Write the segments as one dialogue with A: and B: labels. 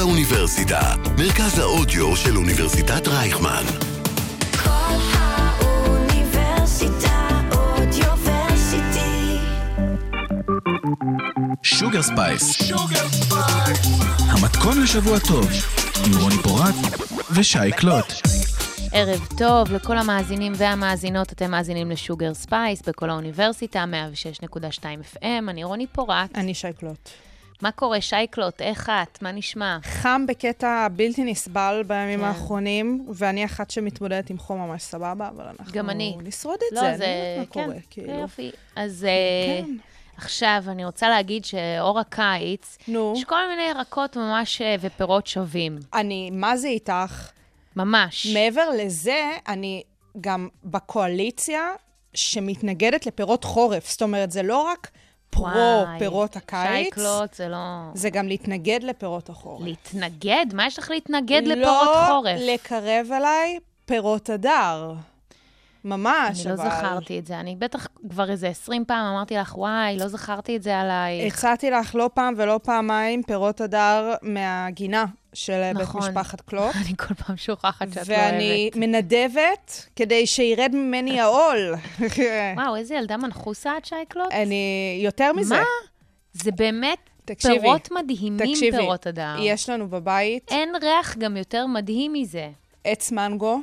A: האוניברסיטה, מרכז האודיו של אוניברסיטת רייכמן.
B: כל האוניברסיטה אודיוורסיטי.
C: שוגר ספייס. המתכון לשבוע טוב, עם רוני פורט ושי קלוט.
D: ערב טוב לכל המאזינים והמאזינות, אתם מאזינים לשוגר ספייס בכל האוניברסיטה, 106.2 FM, אני רוני פורט.
E: אני שייקלוט.
D: מה קורה, שייקלוט, איך את? מה נשמע?
E: חם בקטע בלתי נסבל בימים
D: כן.
E: האחרונים, ואני אחת שמתמודדת עם חום ממש סבבה, אבל אנחנו...
D: גם אני.
E: נשרוד את זה, אני יודעת מה
D: כן,
E: קורה, כאילו. כן.
D: יופי. אז אה, עכשיו, אני רוצה להגיד שאור הקיץ,
E: נו.
D: יש כל מיני ירקות ממש אה, ופירות שווים,
E: אני, מה זה איתך?
D: ממש.
E: מעבר לזה, אני גם בקואליציה שמתנגדת לפירות חורף. זאת אומרת, זה לא רק פרו
D: וואי,
E: פירות הקיץ,
D: שייקלוט זה לא...
E: זה גם להתנגד לפירות החורף.
D: להתנגד? מה יש לך להתנגד לפירות חורף?
E: לא לקרב אליי פירות הדר. ממש,
D: אני
E: אבל...
D: לא זכרתי את זה. אני בטח כבר איזה 20 פעם אמרתי לך, וואי, לא זכרתי את זה עלייך.
E: הצעתי לך לא פעם ולא פעמיים פירות הדר מהגינה של
D: נכון.
E: בית משפחת קלופ,
D: אני כל פעם שוכחת שאת לא
E: ואני
D: אוהבת.
E: מנדבת כדי שירד ממני העול.
D: וואו, איזה ילדה מנחוסה את שייקלוט.
E: אני יותר מזה.
D: מה? זה באמת
E: תקשיבי,
D: פירות מדהימים,
E: תקשיבי,
D: פירות הדר.
E: יש לנו בבית
D: אין ריח גם יותר מדהים מזה.
E: עץ מנגו.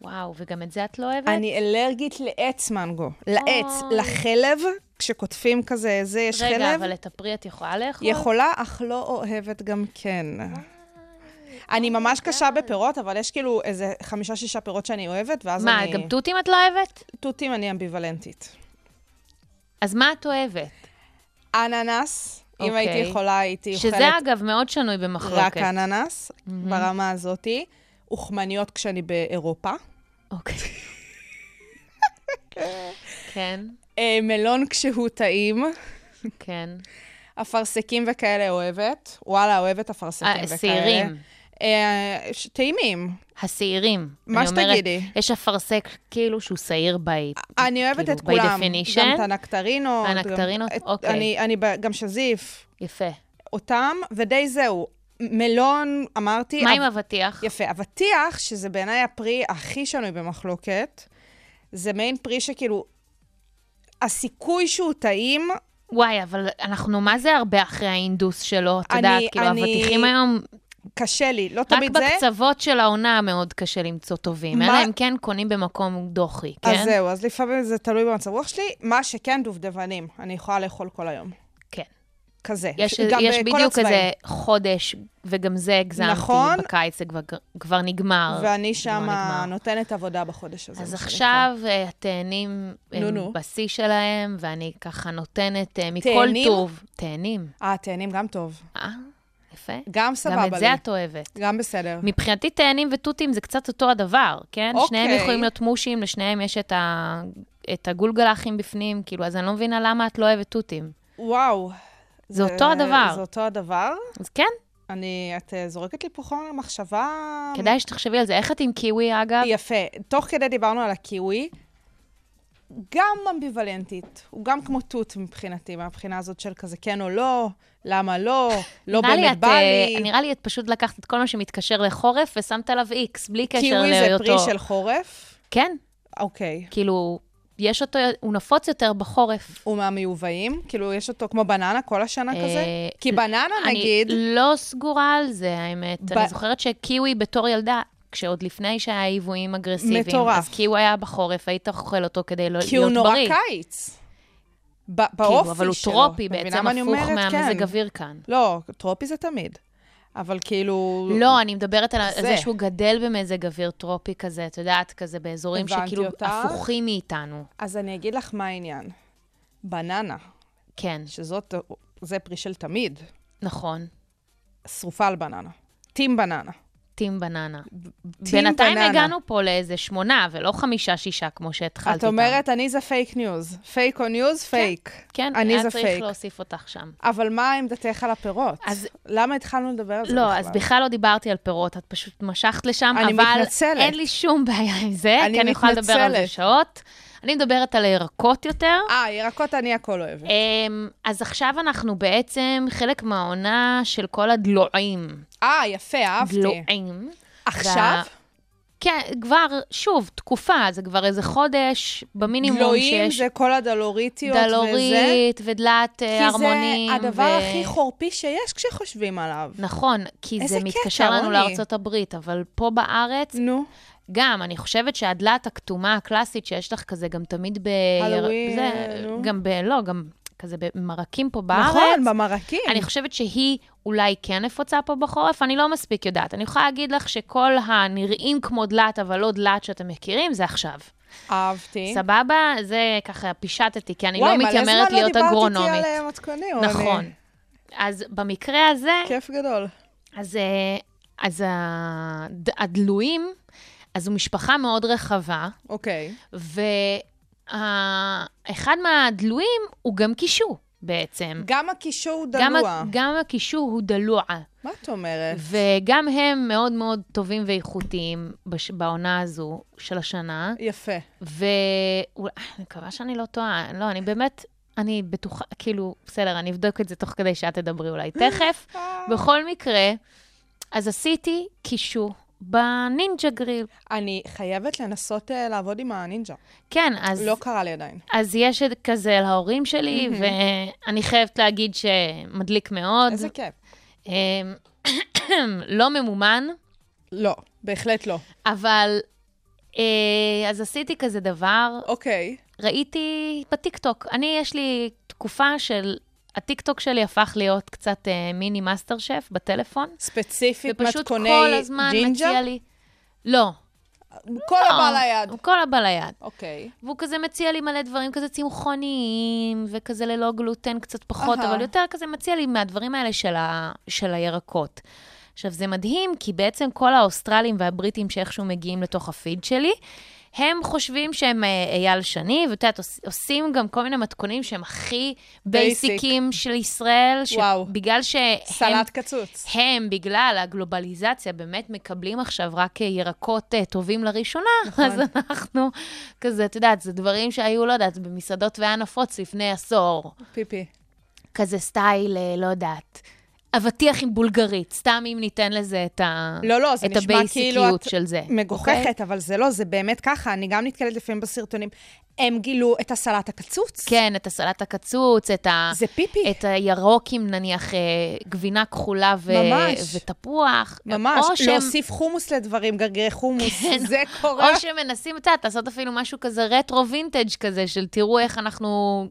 D: וואו, וגם את זה את לא אוהבת?
E: אני אלרגית לעץ מנגו, לעץ,
D: אוי.
E: לחלב, כשקוטפים כזה, זה יש חלב.
D: רגע, אבל את הפרי את יכולה לאכול?
E: יכולה, אך לא אוהבת גם כן. אני
D: Oh
E: ממש קשה בפירות, אבל יש כאילו איזה חמישה-שישה פירות שאני אוהבת, ואז
D: מה,
E: אני...
D: גם תותים את לא אוהבת?
E: תותים אני אמביוולנטית.
D: אז מה את אוהבת?
E: אננס, אם
D: אוקיי.
E: הייתי יכולה, הייתי
D: שזה
E: אוכלת
D: אגב מאוד שנוי
E: רק
D: במחלוקת.
E: אננס, ברמה הזאתי. אוכמניות כשאני באירופה.
D: אוקיי. כן,
E: אה, מלון כשהוא טעים.
D: כן.
E: אפרסקים וכאלה אוהבת. וואלה, אוהבת אפרסקים
D: אה,
E: וכאלה.
D: שעירים.
E: אה, ש- טעימים.
D: השעירים.
E: מה
D: אני אומרת,
E: שתגידי.
D: יש אפרסק כאילו שהוא שעיר בעית.
E: אני אוהבת
D: כאילו,
E: את כולם.
D: by definition.
E: גם את הנקטרינות. גם-
D: הנקטרינות,
E: את-
D: אוקיי.
E: אני, אני ב- גם שזיף,
D: יפה.
E: אותם, ודי זהו. מלון, אמרתי...
D: מה עם
E: אב-
D: אבטיח?
E: יפה. אבטיח, שזה בעיניי הפרי הכי שנוי במחלוקת, זה מעין פרי שכאילו... הסיכוי שהוא טעים,
D: וואי, אבל אנחנו מה זה הרבה אחרי ההינדוס שלו, את
E: אני-
D: יודעת, כאילו,
E: אני-
D: אבטיחים היום,
E: קשה לי. לא
D: רק
E: תמיד זה.
D: בקצוות של העונה מאוד קשה למצוא טובים.
E: מה-
D: אלא אם כן קונים במקום דוחי,
E: אז
D: כן?
E: זהו, אז לפעמים זה תלוי במצב רוח שלי. מה שכן, דובדבנים. אני יכולה לאכול כל היום.
D: כן.
E: כזה.
D: יש
E: גם
D: יש
E: בכל
D: בדיוק
E: הצבעים.
D: איזה חודש, וגם זה הגזמתי,
E: נכון.
D: בקיץ זה כבר- כבר נגמר.
E: ואני
D: כבר אה, נגמר.
E: שמה נותנת עבודה בחודש הזה.
D: אז
E: מה שנקרא.
D: עכשיו אה, התאנים הם
E: כן. נו, נו.
D: בשיא שלהם, ואני ככה נותנת אה, מכל
E: תאנים?
D: טוב. תאנים.
E: אה, תאנים גם טוב.
D: אה, יפה.
E: גם
D: גם את
E: סבבה לי.
D: זה את אוהבת.
E: גם בסדר.
D: מבחינתי תאנים ותותים זה קצת אותו הדבר, כן?
E: אוקיי.
D: שניהם יכולים להיות מושים, לשניהם יש את, ה... את הגולגלחים בפנים, כאילו, אז אני לא מבינה למה את לא אוהבת תותים.
E: וואו. אה,
D: זה אותו הדבר.
E: זה אותו הדבר.
D: אז כן,
E: אני, את אה, זורקת לי פה חומר מחשבה...
D: כדאי שתחשבי על זה. איך את עם קיווי, אגב?
E: יפה. תוך כדי דיברנו על הקיווי. גם אמביוולנטית, הוא גם כמו תות מבחינתי, מהבחינה הזאת של כזה כן או לא, למה לא, לא
D: נראה לי
E: באמת
D: את,
E: בא
D: אה,
E: לי.
D: נראה לי את פשוט לקחת את כל מה שמתקשר לחורף ושמת עליו איקס, בלי קשר להיותו.
E: קיווי זה פרי של חורף,
D: כן,
E: אוקיי.
D: כאילו, יש אותו, הוא נפוץ יותר בחורף.
E: הוא מהמיובאים, כאילו יש אותו כמו בננה כל השנה
D: אה,
E: כזה? כי בננה נגיד,
D: אני לא סגורה על זה, האמת.
E: ב-
D: אני זוכרת שקיווי בתור ילדה, כשעוד לפני שהיה יבואים אגרסיביים,
E: מטורף.
D: אז קיווי היה בחורף, היית אוכל אותו כדי לא להיות בריא.
E: כי הוא נורא קיץ. ב- באופי שלו.
D: כאילו, אבל הוא טרופי,
E: מבינה
D: בעצם
E: מה אני
D: הפוך
E: אומרת?
D: מהמזג
E: כן.
D: אוויר כאן.
E: לא, טרופי זה תמיד. אבל כאילו...
D: לא, אני מדברת על ה-
E: זה.
D: על זה שהוא גדל במזג אוויר טרופי כזה, את יודעת, כזה באזורים
E: הבנתי
D: שכאילו
E: אותך.
D: הפוכים מאיתנו.
E: אז אני אגיד לך מה העניין. בננה,
D: כן,
E: שזאת, זה פרי של תמיד,
D: נכון.
E: שרופה על בננה. טים בננה.
D: טים בננה.
E: טים
D: בינתיים
E: בננה.
D: הגענו פה לאיזה שמונה, ולא חמישה-שישה כמו שהתחלתי.
E: את אומרת, אני זה פייק ניוז. פייק או ניוז, פייק.
D: כן,
E: אני
D: היה
E: זה
D: צריך
E: פייק.
D: להוסיף אותך שם.
E: אבל מה עמדתך על הפירות?
D: אז-
E: למה התחלנו לדבר על זה
D: לא,
E: בכלל?
D: אז בכלל לא דיברתי על פירות, את פשוט משכת לשם,
E: אני
D: אבל
E: מתנצלת.
D: אין לי שום בעיה עם זה,
E: אני
D: כי אני יכולה לדבר על זה
E: מתנצלת.
D: שעות. אני מדברת על הירקות יותר.
E: אה, ירקות אני הכל אוהבת.
D: אמ, אז עכשיו אנחנו בעצם חלק מהעונה של כל הדלועים.
E: אה, יפה, אהבתי.
D: דלועים.
E: עכשיו?
D: לא, וה- כן, כבר, שוב, תקופה, זה כבר איזה חודש במינימום
E: גלויים
D: שיש.
E: זה כל הדלוריטיות וזה.
D: דלורית ודלת אה, הרמונים.
E: כי זה הדבר
D: ו-
E: הכי חורפי שיש כשחושבים עליו.
D: נכון, כי
E: איזה
D: זה
E: קטע,
D: מתקשר לנו
E: רוני.
D: לארצות הברית, אבל פה בארץ,
E: נו,
D: גם, אני חושבת שהדלת הכתומה הקלאסית שיש לך כזה גם תמיד ב...
E: הלואוין,
D: זה,
E: נו.
D: גם ב... לא, גם כזה במרקים פה בארץ.
E: נכון, במרקים.
D: אני חושבת שהיא אולי כן נפוצה פה בחורף, אני לא מספיק יודעת. אני יכולה להגיד לך שכל הנראים כמו דלת, אבל לא דלת שאתם מכירים, זה עכשיו.
E: אהבתי.
D: סבבה? זה ככה פישטתי, כי אני
E: וואי,
D: לא
E: מלא זמן
D: מתיימרת להיות
E: לא דיברתי
D: אגרונומית.
E: איתי על אה, מתכונים. אבל
D: נכון.
E: אני- כן.
D: אז במקרה הזה,
E: כיף גדול.
D: אז, אה, אז הד- הדלויים, אז זו משפחה מאוד רחבה,
E: אוקיי.
D: ואחד מהדלויים הוא גם קישור בעצם.
E: גם כן. הקישור הוא
D: גם,
E: דלוע.
D: ה- גם הקישור הוא דלוע,
E: מה את אומרת?
D: וגם הם מאוד מאוד טובים ואיכותיים בש... בעונה הזו של השנה,
E: יפה.
D: ואולי, אה, אני מקווה שאני לא טועה, לא, אני באמת, אני בטוחה, כאילו, בסדר, אני אבדוק את זה תוך כדי שאת תדברי אולי תכף.
E: אה,
D: בכל מקרה, אז עשיתי קישור בנינג'ה גריל.
E: אני חייבת לנסות אה, לעבוד עם הנינג'ה.
D: כן, אז...
E: לא קרה לי עדיין.
D: אז יש את כזה להורים שלי, ואני חייבת להגיד שמדליק מאוד.
E: איזה כיף.
D: אמ, לא ממומן,
E: לא, בהחלט לא.
D: אבל... אה, אז עשיתי כזה דבר,
E: אוקיי.
D: ראיתי בטיקטוק. אני, יש לי תקופה של... הטיקטוק שלי הפך להיות קצת אה, מיני מאסטר שף בטלפון.
E: ספציפית
D: ופשוט
E: מתכוני
D: כל הזמן
E: ג'ינג'ה?
D: מציע לי... לא.
E: כל
D: לא,
E: הבא ליד.
D: הוא כל הבא ליד.
E: אוקיי.
D: והוא כזה מציע לי מלא דברים כזה צמחוניים, וכזה ללא גלוטן קצת פחות,
E: אהה.
D: אבל יותר כזה מציע לי מהדברים האלה של, ה, של הירקות. עכשיו, זה מדהים, כי בעצם כל האוסטרלים והבריטים שאיכשהו מגיעים לתוך הפיד שלי, הם חושבים שהם אה, אייל שני, ואת יודעת, עוש- עושים גם כל מיני מתכונים שהם הכי
E: בייסיק.
D: בייסיקים של ישראל,
E: וואו.
D: שבגלל שהם...
E: סלט קצוץ.
D: הם, בגלל הגלובליזציה, באמת מקבלים עכשיו רק אה, ירקות אה, טובים לראשונה,
E: נכון.
D: אז אנחנו כזה, את יודעת, זה דברים שהיו, לא יודעת, במסעדות והיה נפוץ לפני עשור. אה.
E: פיפי.
D: כזה סטייל, אה, לא יודעת, אבטיח עם בולגרית, סתם אם ניתן לזה את, ה...
E: לא, לא, זה
D: את
E: נשמע כאילו
D: הבייסיקיות
E: את
D: של זה. אוקיי?
E: מגוחכת, אבל זה לא, זה באמת ככה. אני גם נתקלת לפעמים בסרטונים. הם גילו את הסלט הקצוץ.
D: כן, את הסלט הקצוץ, את, ה...
E: זה פיפי.
D: את הירוק עם נניח אה, גבינה כחולה ו...
E: ממש.
D: ותפוח.
E: ממש. לא,
D: או שהם-
E: להוסיף חומוס לדברים, גרגרי חומוס. זה קורה.
D: כן. או שמנסים, את יודעת, לעשות אפילו משהו כזה רטרו וינטג' כזה, של תראו איך אנחנו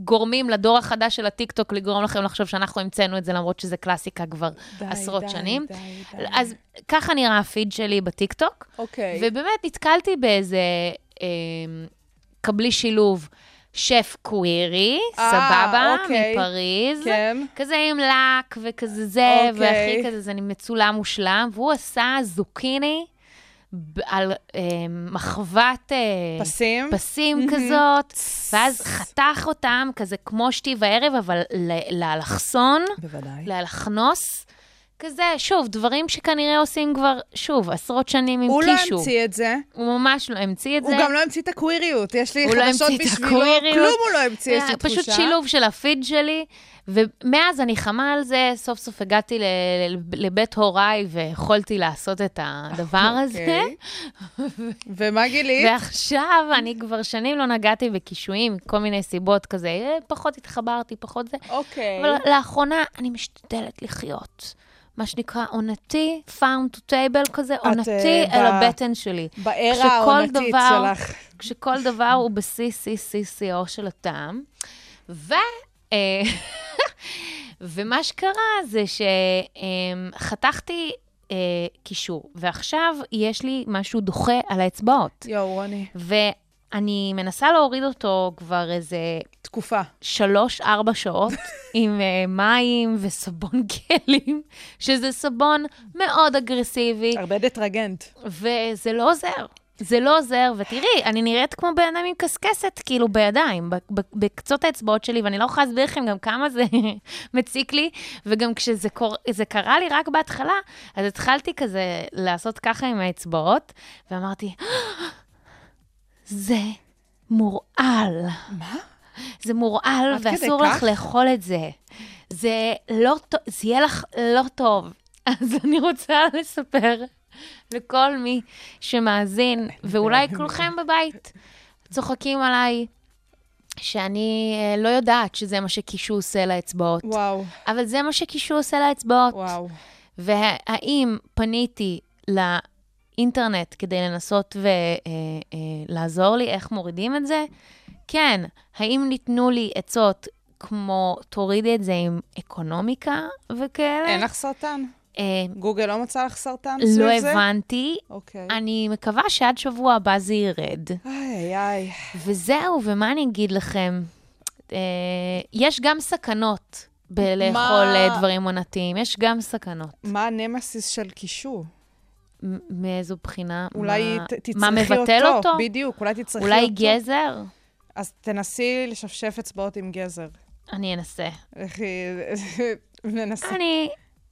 D: גורמים לדור החדש של הטיקטוק לגרום לכם לחשוב שאנחנו המצאנו את זה, למרות שזה קלאסיקה כבר
E: די,
D: עשרות
E: די,
D: שנים.
E: די, די.
D: אז ככה נראה הפיד שלי בטיקטוק.
E: אוקיי.
D: ובאמת נתקלתי באיזה אה, קבלי שילוב. שף קווירי,
E: אה,
D: סבבה,
E: אוקיי.
D: מפריז.
E: כן.
D: כזה עם לק וכזה זה,
E: אוקיי.
D: והכי כזה, זה מצולם מושלם. והוא עשה זוקיני ב- על אה, מחבת... אה,
E: פסים.
D: פסים כזאת, ואז חתך אותם כזה כמו שתי וערב, אבל ל- לאלכסון,
E: בוודאי.
D: לאלכנוס. כזה, שוב, דברים שכנראה עושים כבר, שוב, עשרות שנים עם
E: הוא לא
D: קישו.
E: המציא את זה.
D: הוא ממש לא המציא את
E: הוא
D: זה.
E: גם לא המציא את הקוויריות, יש לי
D: הוא לא
E: חדשות
D: המציא את
E: בשבילו,
D: הקוויריות.
E: כלום הוא לא המציא, יש
D: אה,
E: לי תחושה.
D: פשוט שילוב של הפיד שלי, ומאז אני חמה על זה, סוף סוף הגעתי ל- ל- לבית הוריי ויכולתי לעשות את הדבר הזה.
E: אוקיי. ומה גילית?
D: ועכשיו אני כבר שנים לא נגעתי בקישואים, כל מיני סיבות כזה, אה, פחות התחברתי, פחות זה.
E: אוקיי.
D: אבל לאחרונה אני משתדלת לחיות. מה שנקרא עונתי, farm to table כזה,
E: אה,
D: עונתי
E: ב-
D: אל הבטן שלי.
E: בערה
D: כשכל
E: העונתית
D: דבר-
E: שלך.
D: כשכל דבר הוא בשיא, שיא, שיא, שיאו של הטעם. ו... אה, ומה שקרה זה שחתכתי אה, קישור, ועכשיו יש לי משהו דוחה על האצבעות.
E: יואו, רוני.
D: ואני מנסה להוריד אותו כבר איזה
E: תקופה.
D: שלוש-ארבע שעות עם אה, מים וסבון גלים, שזה סבון מאוד אגרסיבי,
E: הרבה דטרגנט.
D: וזה לא עוזר. זה לא עוזר, ותראי, אני נראית כמו בן אדם עם קסקסת, כאילו בידיים, ב- ב- בקצות האצבעות שלי, ואני לא יכולה להסביר לכם גם כמה זה מציק לי, וגם כשזה קור... זה קרה לי רק בהתחלה, אז התחלתי כזה לעשות ככה עם האצבעות, ואמרתי, זה מורעל.
E: מה?
D: זה מורעל,
E: עד כדי
D: ואסור
E: כך?
D: לך לאכול את זה. זה לא טוב, זה יהיה לך לא טוב. אז אני רוצה לספר לכל מי שמאזין, ואולי כולכם בבית צוחקים עליי, שאני אה, לא יודעת שזה מה שקישו עושה לאצבעות.
E: וואו,
D: אבל זה מה שקישו עושה לאצבעות.
E: וואו.
D: והאם פניתי לאינטרנט כדי לנסות ולעזור לי איך מורידים את זה? כן. האם ניתנו לי עצות כמו תורידי את זה עם אקונומיקה וכאלה?
E: אין לך סרטן?
D: אה,
E: גוגל לא מצא לך סרטן
D: לא
E: סביב זה?
D: הבנתי.
E: אוקיי.
D: אני מקווה שעד שבוע הבא זה ירד.
E: איי, איי, איי.
D: וזהו, ומה אני אגיד לכם? אה, יש גם סכנות בלאכול
E: מה?
D: אה, דברים עונתיים, יש גם סכנות.
E: מה הנמסיס של קישור?
D: מ- מאיזו בחינה?
E: אולי
D: מה-
E: ת- תצרכי
D: מה
E: אותו.
D: מבטל אותו?
E: בדיוק, אולי תצרכי אותו.
D: אולי גזר?
E: אז תנסי לשפשף אצבעות עם גזר.
D: אני אנסה.
E: לכי- ננסה.
D: אני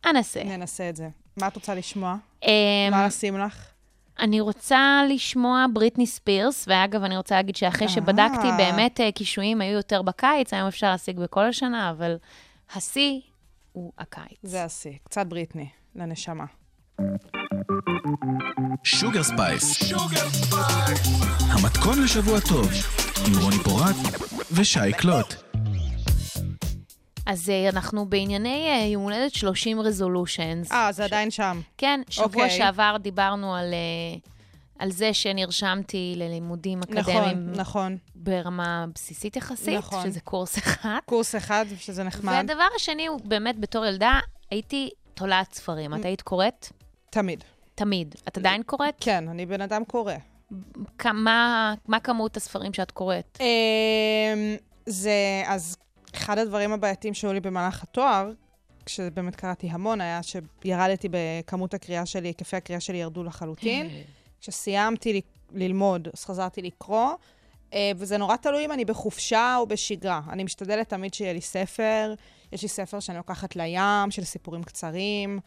D: אנסה.
E: ננסה את זה. מה את רוצה לשמוע?
D: אמ,
E: מה לשים לך?
D: אני רוצה לשמוע בריטני ספירס, ואגב, אני רוצה להגיד שאחרי שבדקתי,
E: אה.
D: באמת אה, קישואים היו יותר בקיץ, היום אפשר להשיג בכל השנה, אבל השיא הוא הקיץ.
E: זה השיא. קצת בריטני, לנשמה.
C: שוגר ספייס. המתכון לשבוע טוב, עם רוני פורט ושי קלוט.
D: אז אה, אנחנו בענייני אה, יום הולדת 30 רזולושנס.
E: אה, זה עדיין שם.
D: כן, שבוע
E: אוקיי.
D: שעבר דיברנו על... אה, על זה שנרשמתי ללימודים אקדמיים
E: נכון, נכון.
D: ברמה בסיסית יחסית,
E: נכון.
D: שזה קורס אחד.
E: קורס אחד, שזה נחמד.
D: והדבר השני הוא באמת, בתור ילדה, הייתי תולעת ספרים. את היית קוראת?
E: תמיד.
D: תמיד. את עדיין קוראת?
E: כן, אני בן אדם קורא.
D: כמה, מה כמות הספרים שאת קוראת?
E: אמ, זה, אז אחד הדברים הבעייתיים שהיו לי במהלך התואר, כשבאמת קראתי המון, היה שירדתי בכמות הקריאה שלי, היקפי הקריאה שלי ירדו לחלוטין. כשסיימתי ל- ללמוד, אז חזרתי לקרוא, אה, וזה נורא תלוי אם אני בחופשה או בשגרה. אני משתדלת תמיד שיהיה לי ספר, יש לי ספר שאני לוקחת לים, של סיפורים קצרים,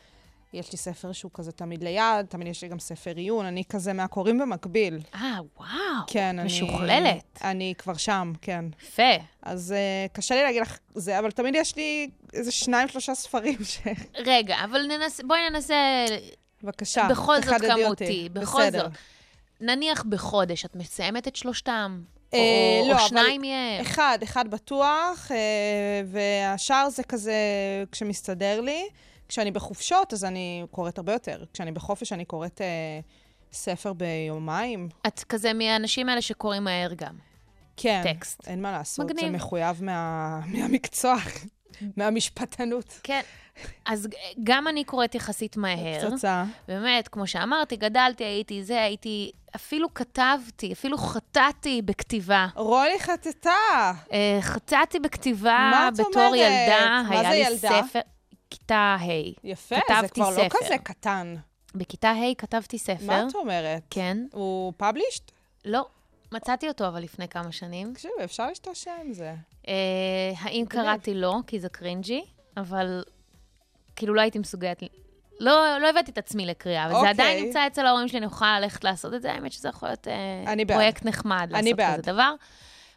E: יש לי ספר שהוא כזה תמיד ליד, תמיד יש לי גם ספר עיון, אני כזה מהקוראים במקביל.
D: אה, וואו.
E: כן, אני...
D: משוכללת.
E: אני כבר שם, כן.
D: יפה.
E: אז uh, קשה לי להגיד לך זה, אבל תמיד יש לי איזה שניים, שלושה ספרים ש...
D: רגע, אבל ננס, בואי ננסה,
E: בבקשה,
D: בכל זאת
E: תחדדי
D: כמותי,
E: אותי.
D: בכל
E: בסדר.
D: זאת. נניח בחודש, את מסיימת את שלושתם?
E: אה,
D: או,
E: לא,
D: או
E: אבל-
D: שניים מהם?
E: אחד, אחד בטוח, אה, והשאר זה כזה כשמסתדר לי. כשאני בחופשות, אז אני קוראת הרבה יותר. כשאני בחופש, אני קוראת אה, ספר ביומיים.
D: את כזה מהאנשים האלה שקוראים מהר גם.
E: כן.
D: טקסט.
E: אין מה לעשות,
D: מגניב.
E: זה מחויב מה... מהמקצוע, מהמשפטנות.
D: כן. אז גם אני קוראת יחסית מהר.
E: פצצה.
D: באמת, כמו שאמרתי, גדלתי, הייתי זה, הייתי, אפילו כתבתי, אפילו חטאתי בכתיבה.
E: רולי חטטה!
D: אה, חטאתי
E: מה
D: בכתיבה
E: את
D: בתור
E: אומרת?
D: ילדה,
E: מה
D: היה
E: זה
D: לי
E: ילדה?
D: ספר... כיתה ה'.
E: יפה, זה
D: כתבתי
E: כבר לא
D: ספר.
E: כזה קטן.
D: בכיתה ה' כתבתי ספר.
E: מה את אומרת?
D: כן.
E: הוא פאבלישט?
D: לא, מצאתי אותו אבל לפני כמה שנים.
E: תקשיבי, אפשר להשתעשע עם זה.
D: אה, האם קראתי לא, כי זה קרינג'י, אבל כאילו לא הייתי מסוגלת... לא, לא הבאתי את עצמי לקריאה, אבל זה
E: אוקיי.
D: עדיין נמצא אצל ההורים שלי, אני יכולה ללכת לעשות את זה. האמת שזה יכול להיות אה,
E: אני בעד.
D: פרויקט נחמד
E: אני
D: לעשות
E: בעד.
D: כזה דבר.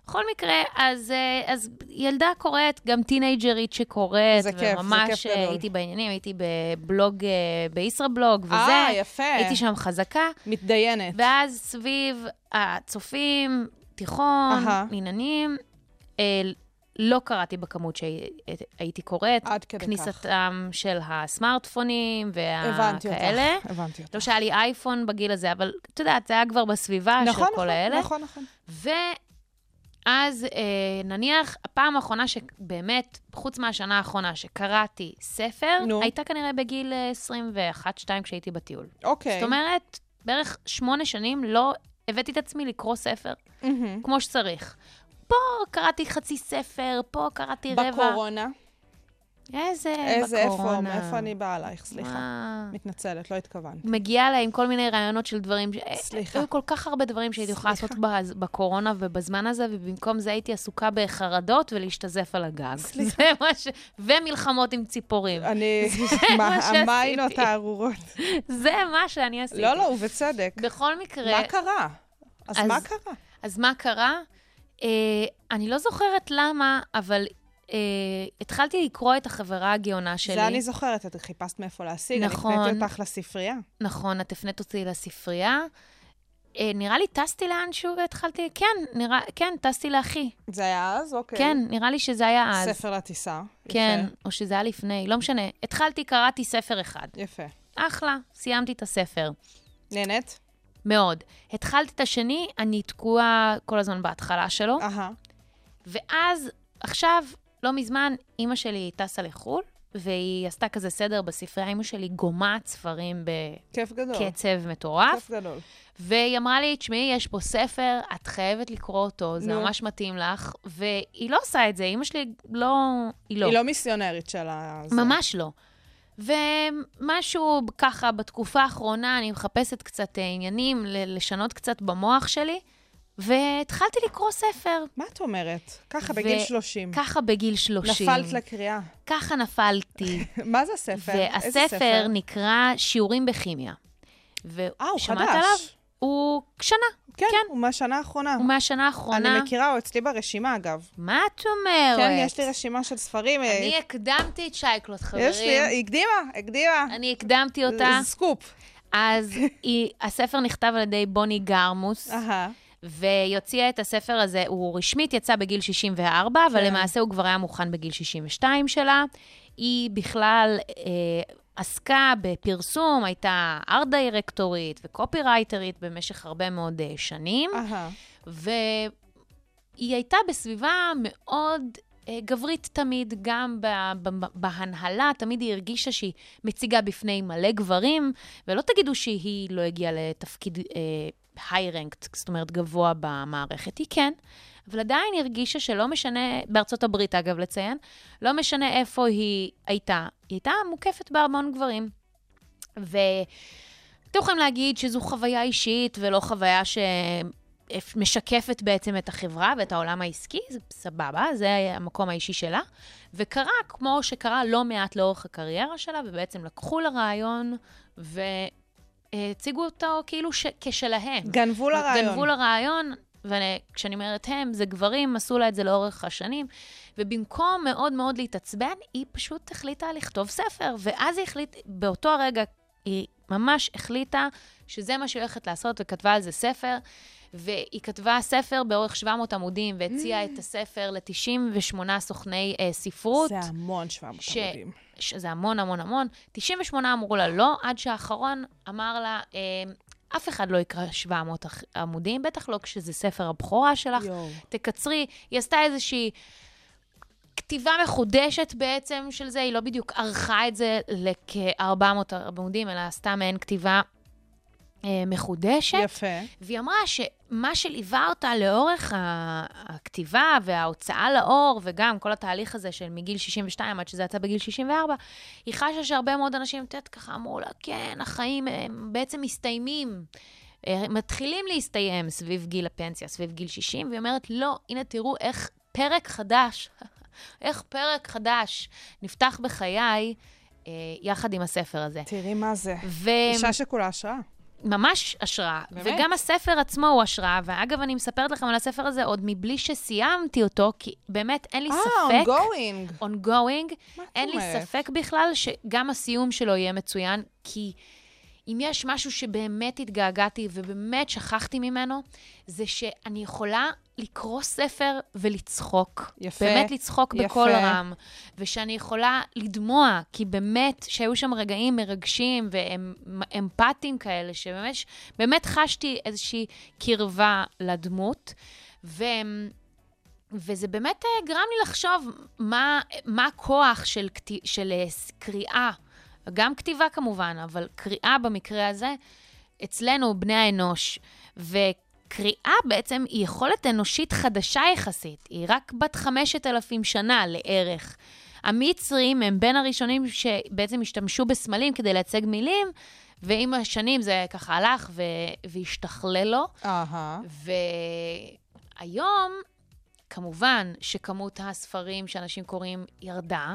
D: בכל מקרה, אז, אה, אז ילדה קוראת, גם טינג'רית שקוראת,
E: זה כיף, זה
D: וממש
E: כיף גדול.
D: אה, הייתי בעניינים, הייתי בבלוג, אה, בישראבלוג וזה.
E: אה, יפה.
D: הייתי שם חזקה.
E: מתדיינת.
D: ואז סביב הצופים, תיכון,
E: אהה.
D: עניינים, אה, לא קראתי בכמות שהייתי קוראת.
E: עד כדי כך.
D: כניסתם של הסמארטפונים
E: הבנתי אותך.
D: והכאלה.
E: הבנתי אותך.
D: לא שהיה לי אייפון בגיל הזה, אבל את יודעת, זה היה כבר בסביבה
E: נכון,
D: של כל
E: נכון,
D: האלה.
E: נכון, נכון.
D: ואז אה, נניח, הפעם האחרונה שבאמת, חוץ מהשנה האחרונה שקראתי ספר,
E: נו.
D: הייתה כנראה בגיל אה, 21-2 כשהייתי בטיול.
E: אוקיי.
D: זאת אומרת, בערך שמונה שנים לא הבאתי את עצמי לקרוא ספר
E: מהמם.
D: כמו שצריך. פה קראתי חצי ספר, פה קראתי רבע.
E: בקורונה.
D: איזה בקורונה.
E: איזה איפה, מאיפה אני באה עלייך? סליחה.
D: מה?
E: מתנצלת, לא התכוונתי.
D: מגיעה לה עם כל מיני רעיונות של דברים. ש-
E: סליחה.
D: היו כל כך הרבה דברים שהייתי יכולה לעשות
E: סליחה.
D: בז- בקורונה ובזמן הזה, ובמקום זה הייתי עסוקה בחרדות ולהשתזף על הגג. סליחה. זה מה ש... ומלחמות עם ציפורים.
E: אני... מה,
D: מה שעשיתי.
E: המיינות הארורות.
D: זה מה שאני עשיתי.
E: לא, לא, ובצדק.
D: בכל מקרה...
E: מה קרה? אז
D: אז-
E: מה קרה?
D: אז מה קרה? אה, אני לא זוכרת למה, אבל אה, התחלתי לקרוא את החברה הגאונה שלי.
E: זה אני זוכרת, את חיפשת מאיפה להשיג. נכון. אני
D: נכון.
E: הפניתי אותך לספרייה.
D: נכון, את הפנית אותי לספרייה. אה, נראה לי טסתי לאנשהו והתחלתי, כן, נראה, כן, טסתי לאחי.
E: זה היה אז? אוקיי.
D: כן, נראה לי שזה היה אז.
E: ספר לטיסה. יפה.
D: כן, או שזה היה לפני, לא משנה. התחלתי, קראתי ספר אחד.
E: יפה.
D: אחלה, סיימתי את הספר.
E: נהנית?
D: מאוד. התחלתי את השני, אני תקועה כל הזמן בהתחלה שלו.
E: אהה.
D: ואז, עכשיו, לא מזמן, אימא שלי טסה לחו"ל, והיא עשתה כזה סדר בספרייה. אימא שלי גומעת ספרים
E: כיף גדול.
D: בקצב מטורף.
E: כיף גדול.
D: והיא אמרה לי, תשמעי, יש פה ספר, את חייבת לקרוא אותו, זה
E: נו.
D: ממש מתאים לך. והיא לא עושה את זה, אימא שלי לא... היא לא.
E: היא לא מיסיונרית של ה... זה.
D: ממש לא. ומשהו ככה, בתקופה האחרונה אני מחפשת קצת אה, עניינים, ל- לשנות קצת במוח שלי, והתחלתי לקרוא ספר.
E: מה את אומרת? ככה,
D: ו-
E: בגיל 30.
D: ככה בגיל 30.
E: נפלת לקריאה.
D: ככה נפלתי.
E: מה זה הספר? איזה
D: והספר נקרא שיעורים בכימיה.
E: אה, הוא
D: ושמעת
E: חדש.
D: עליו? הוא שנה,
E: כן,
D: כן.
E: הוא מהשנה האחרונה.
D: הוא מהשנה האחרונה.
E: אני מכירה, הוא אצלי ברשימה, אגב.
D: מה את אומרת?
E: כן, יש לי רשימה של ספרים. אה,
D: אני הקדמתי את שייקלוט, חברים.
E: יש לי, היא הקדימה, הקדימה.
D: אני הקדמתי אותה.
E: זה סקופ.
D: אז היא, הספר נכתב על ידי בוני גרמוס,
E: אהה.
D: והיא הוציאה את הספר הזה, הוא רשמית יצא בגיל 64, אבל
E: כן.
D: למעשה הוא כבר היה מוכן בגיל 62 שלה. היא בכלל אה, עסקה בפרסום, הייתה ארט דירקטורית וקופירייטרית במשך הרבה מאוד אה, שנים,
E: אהה.
D: והיא הייתה בסביבה מאוד... אה, גברית תמיד, גם ב- ב- בהנהלה, תמיד היא הרגישה שהיא מציגה בפני מלא גברים, ולא תגידו שהיא לא הגיעה לתפקיד היי-רנקט, זאת אומרת גבוה במערכת, היא כן, אבל עדיין הרגישה שלא משנה, בארצות הברית אגב לציין, לא משנה איפה היא הייתה, היא הייתה מוקפת בהמון גברים. ו... אתם יכולים להגיד שזו חוויה אישית ולא חוויה שמשקפת בעצם את החברה ואת העולם העסקי, זה סבבה, זה המקום האישי שלה. וקרה כמו שקרה לא מעט לאורך הקריירה שלה, ובעצם לקחו לה רעיון והציגו אותו כאילו ש... כשלהם.
E: גנבו לה רעיון.
D: אה, גנבו לה רעיון, וכשאני אומרת הם, זה גברים, עשו לה את זה לאורך השנים. ובמקום מאוד מאוד להתעצבן, היא פשוט החליטה לכתוב ספר. ואז היא החליטה, באותו הרגע, היא ממש החליטה שזה מה שהיא הולכת לעשות, וכתבה על זה ספר. והיא כתבה ספר באורך 700 עמודים, והציעה את הספר ל-98 סוכני אה, ספרות.
E: זה המון 700
D: ש-
E: עמודים.
D: שזה המון המון המון, 98 אמרו לה לא, עד שהאחרון אמר לה, "אה, אף אחד לא יקרא 700 אח- עמודים, בטח לא כשזה ספר הבכורה שלך,
E: יואו.
D: תקצרי. היא עשתה איזושהי כתיבה מחודשת בעצם של זה, היא לא בדיוק ערכה את זה לכ-400 עמודים, אלא עשתה מעין כתיבה אה, מחודשת.
E: יפה.
D: והיא אמרה שמה שליווה אותה לאורך ה- הכתיבה וההוצאה לאור, וגם כל התהליך הזה של מגיל 62 עד שזה יצא בגיל 64, היא חשה שהרבה מאוד אנשים, את יודעת, ככה אמרו לה, כן, החיים הם בעצם מסתיימים. אה, מתחילים להסתיים סביב גיל הפנסיה, סביב גיל 60, והיא אומרת, לא, הנה תראו איך פרק חדש, איך פרק חדש נפתח בחיי אה, יחד עם הספר הזה.
E: תראי מה זה.
D: ו...
E: אישה שכולה השראה.
D: ממש השראה.
E: באמת?
D: וגם הספר עצמו הוא השראה, ואגב, אני מספרת לכם על הספר הזה עוד מבלי שסיימתי אותו, כי באמת אין לי
E: אה,
D: ספק...
E: ongoing.
D: ongoing.
E: מה את
D: אין לי
E: אומרת?
D: ספק בכלל שגם הסיום שלו יהיה מצוין, כי אם יש משהו שבאמת התגעגעתי ובאמת שכחתי ממנו, זה שאני יכולה לקרוא ספר ולצחוק.
E: יפה,
D: באמת לצחוק
E: יפה.
D: בכל רם. ושאני יכולה לדמוע, כי באמת שהיו שם רגעים מרגשים ואמפתיים כאלה, שבאמת באמת חשתי איזושהי קרבה לדמות. ו... וזה באמת אה, גרם לי לחשוב מה, מה הכוח של, כתי, של אה, ס- קריאה, גם כתיבה כמובן, אבל קריאה במקרה הזה, אצלנו, בני האנוש. וקריאה בעצם היא יכולת אנושית חדשה יחסית, היא רק בת 5,000 שנה לערך. המצרים הם בין הראשונים שבעצם השתמשו בסמלים כדי לייצג מילים, ועם השנים זה ככה הלך ו... והשתכלל לו.
E: אהה.
D: והיום, כמובן שכמות הספרים שאנשים קוראים ירדה,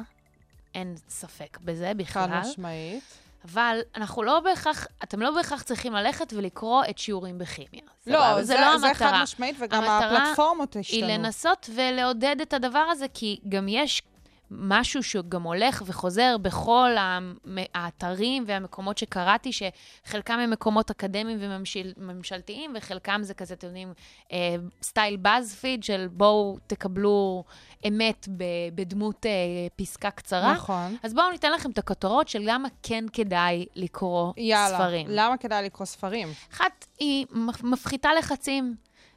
D: אין ספק בזה
E: חד
D: בכלל,
E: משמעית.
D: אבל אנחנו לא בהכרח, אתם לא בהכרח צריכים ללכת ולקרוא את שיעורים בכימיה.
E: לא,
D: סבבה?
E: זה,
D: זה לא
E: זה חד
D: המטרה.
E: משמעית, וגם
D: המטרה
E: הפלטפורמות
D: היא
E: השתנו.
D: לנסות ולעודד את הדבר הזה, כי גם יש משהו שגם הולך וחוזר בכל המ- האתרים והמקומות שקראתי, שחלקם הם מקומות אקדמיים וממשלתיים, וחלקם זה כזה, אתם יודעים, אה, סטייל בזפיד של בואו תקבלו אמת ב- בדמות אה, פסקה קצרה.
E: נכון.
D: אז בואו ניתן לכם את הכותרות של למה כן כדאי לקרוא
E: יאללה,
D: ספרים.
E: למה כדאי לקרוא ספרים?
D: אחת, היא מפ- מפחיתה לחצים,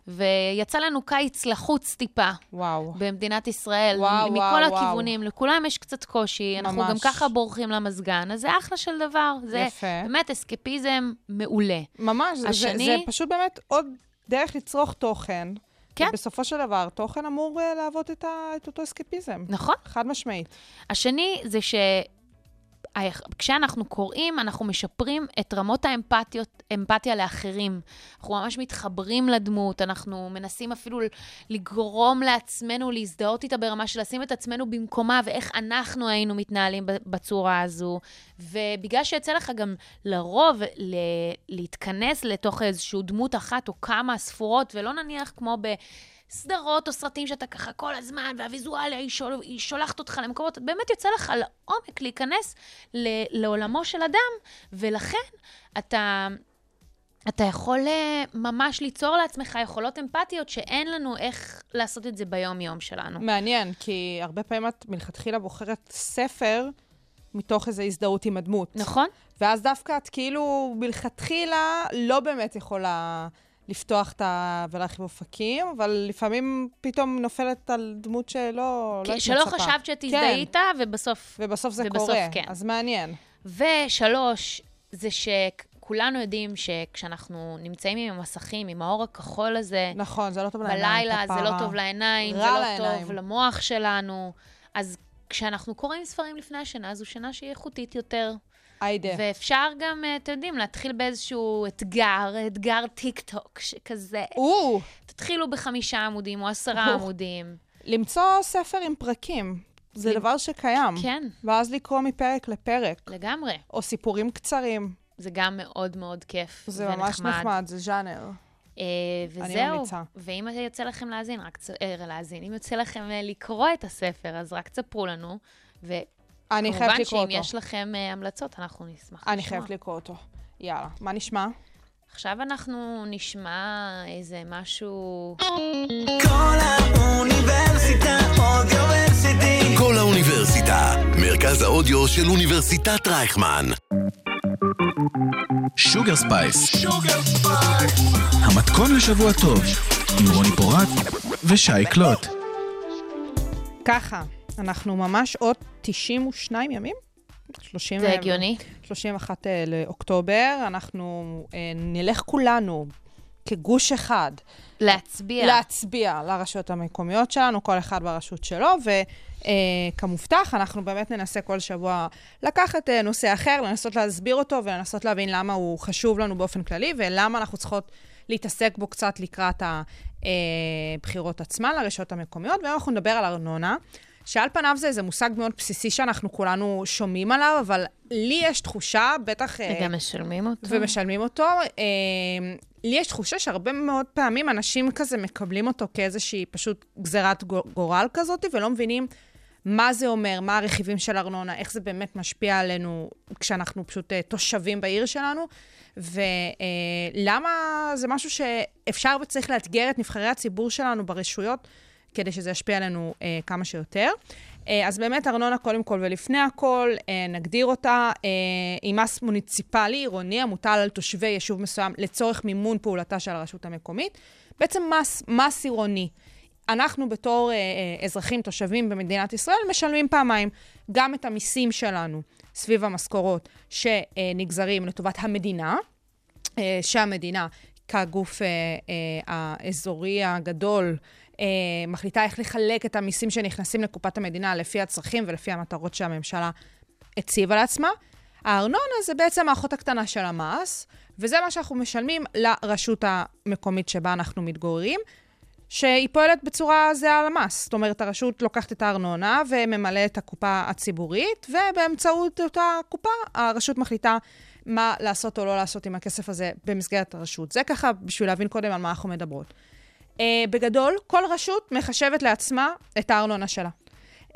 D: ויצא לנו קיץ לחוץ טיפה.
E: וואו.
D: במדינת ישראל,
E: וואו,
D: מכל
E: וואו, וואו.
D: הכיוונים, לכולם יש קצת קושי, אנחנו
E: ממש.
D: גם ככה בורחים למזגן, אז זה אחלה של דבר. זה
E: יפה.
D: באמת אסקפיזם מעולה.
E: ממש, זה-
D: השני-
E: זה, זה פשוט באמת עוד דרך לצרוך תוכן.
D: כן.
E: בסופו של דבר, תוכן אמור אה, להוות את, ה, את אותו אסקפיזם.
D: נכון?
E: חד משמעית.
D: השני זה ש... היח- כשאנחנו קוראים, אנחנו משפרים את רמות האמפתיות, אמפתיה לאחרים. אנחנו ממש מתחברים לדמות, אנחנו מנסים אפילו לגרום לעצמנו להזדהות איתה ברמה של לשים את עצמנו במקומה, ואיך אנחנו היינו מתנהלים ב- בצורה הזו. ובגלל שיוצא לך גם לרוב ל- להתכנס לתוך איזושהי דמות אחת או כמה ספורות, ולא נניח כמו ב... סדרות או סרטים שאתה ככה כל הזמן, והוויזואליה היא, שול, היא שולחת אותך למקומות, באמת יוצא לך לעומק להיכנס ל, לעולמו של אדם, ולכן אתה, אתה יכול אה, ממש ליצור לעצמך יכולות אמפתיות שאין לנו איך לעשות את זה ביום-יום שלנו.
E: מעניין, כי הרבה פעמים את מלכתחילה בוחרת ספר מתוך איזו הזדהות עם הדמות.
D: נכון?
E: ואז דווקא את כאילו מלכתחילה לא באמת יכולה לפתוח את ה... ולהרחיב אופקים, אבל לפעמים פתאום נופלת על דמות שלא... לא
D: כי-
E: היית
D: שלא
E: מצפה.
D: חשבת שתזדהי
E: כן,
D: איתה, ובסוף
E: ובסוף זה
D: ובסוף
E: קורה.
D: כן.
E: אז מעניין.
D: ושלוש, זה שכולנו יודעים שכשאנחנו נמצאים עם המסכים, עם האור הכחול הזה,
E: נכון, זה לא טוב לעיניים.
D: בלילה, זה לא
E: כפרה.
D: טוב לעיניים, זה
E: רע
D: לא
E: לעיניים.
D: טוב למוח שלנו. אז כשאנחנו קוראים ספרים לפני השינה, זו שינה שהיא איכותית יותר.
E: היידה.
D: ואפשר גם, אה, אתם יודעים, להתחיל באיזשהו אתגר, אתגר טיק טוק, שכזה,
E: או,
D: תתחילו בחמישה עמודים או עשרה
E: אוח.
D: עמודים.
E: למצוא ספר עם פרקים, זה דבר שקיים.
D: כן,
E: ואז לקרוא מפרק לפרק,
D: לגמרי.
E: או סיפורים קצרים.
D: זה גם מאוד מאוד כיף
E: זה
D: ונחמד.
E: ממש נחמד, זה ז'אנר.
D: אה,
E: אני
D: וזהו.
E: ממליצה.
D: ואם יוצא לכם להאזין, רק צ... אה, להאזין, אם יוצא לכם אה, לקרוא את הספר, אז רק תספרו לנו. וכמובן
E: אני חייבת לקרוא
D: שאם
E: אותו.
D: יש לכם אה, המלצות, אנחנו נשמח
E: אני
D: לשמוע.
E: חייבת לקרוא אותו. יאללה, מה נשמע?
D: עכשיו אנחנו נשמע איזה משהו...
E: אה,
B: כל האוניברסיטה אודיוורסיטי.
A: כל האוניברסיטה, מרכז האודיו של אוניברסיטת רייכמן.
C: שוגר ספייס. המתכון לשבוע טוב, עם רוני פורט ושי קלוט.
E: ככה, אנחנו ממש עוד 92 ימים? 30
D: זה הגיוני.
E: 31 אה, לאוקטובר, אנחנו אה, נלך כולנו כגוש אחד
D: להצביע.
E: להצביע לרשויות המקומיות שלנו, כל אחד ברשות שלו, וכמובטח, אנחנו באמת ננסה כל שבוע לקחת אה, נושא אחר, לנסות להסביר אותו ולנסות להבין למה הוא חשוב לנו באופן כללי, ולמה אנחנו צריכות להתעסק בו קצת לקראת הבחירות עצמן לרשויות המקומיות. והיום אנחנו נדבר על ארנונה. שעל פניו זה איזה מושג מאוד בסיסי שאנחנו כולנו שומעים עליו, אבל לי יש תחושה, בטח... אה,
D: וגם משלמים אותו.
E: ומשלמים אותו. אה, לי יש תחושה שהרבה מאוד פעמים אנשים כזה מקבלים אותו כאיזושהי פשוט גזירת גו- גורל כזאת, ולא מבינים מה זה אומר, מה הרכיבים של ארנונה, איך זה באמת משפיע עלינו כשאנחנו פשוט אה, תושבים בעיר שלנו, ולמה זה משהו שאפשר וצריך לאתגר את נבחרי הציבור שלנו ברשויות. כדי שזה ישפיע עלינו אה, כמה שיותר. אה, אז באמת, ארנונה קודם כל ולפני הכל, אה, נגדיר אותה, אה, היא מס מוניציפלי עירוני המוטל על תושבי יישוב מסוים לצורך מימון פעולתה של הרשות המקומית. בעצם מס, מס עירוני. אנחנו בתור אה, אה, אזרחים, תושבים במדינת ישראל, משלמים פעמיים גם את המיסים שלנו סביב המשכורות שנגזרים לטובת המדינה, אה, שהמדינה, כגוף אה, אה, האזורי הגדול, אה, מחליטה איך לחלק את המיסים שנכנסים לקופת המדינה לפי הצרכים ולפי המטרות שהממשלה הציבה לעצמה. הארנונה זה בעצם האחות הקטנה של המס, וזה מה שאנחנו משלמים לרשות המקומית שבה אנחנו מתגוררים. שהיא פועלת בצורה זהה למס. זאת אומרת, הרשות לוקחת את הארנונה וממלאת את הקופה הציבורית, ובאמצעות אותה קופה הרשות מחליטה מה לעשות או לא לעשות עם הכסף הזה במסגרת הרשות. זה ככה בשביל להבין קודם על מה אנחנו מדברות. אה, בגדול, כל רשות מחשבת לעצמה את הארנונה שלה.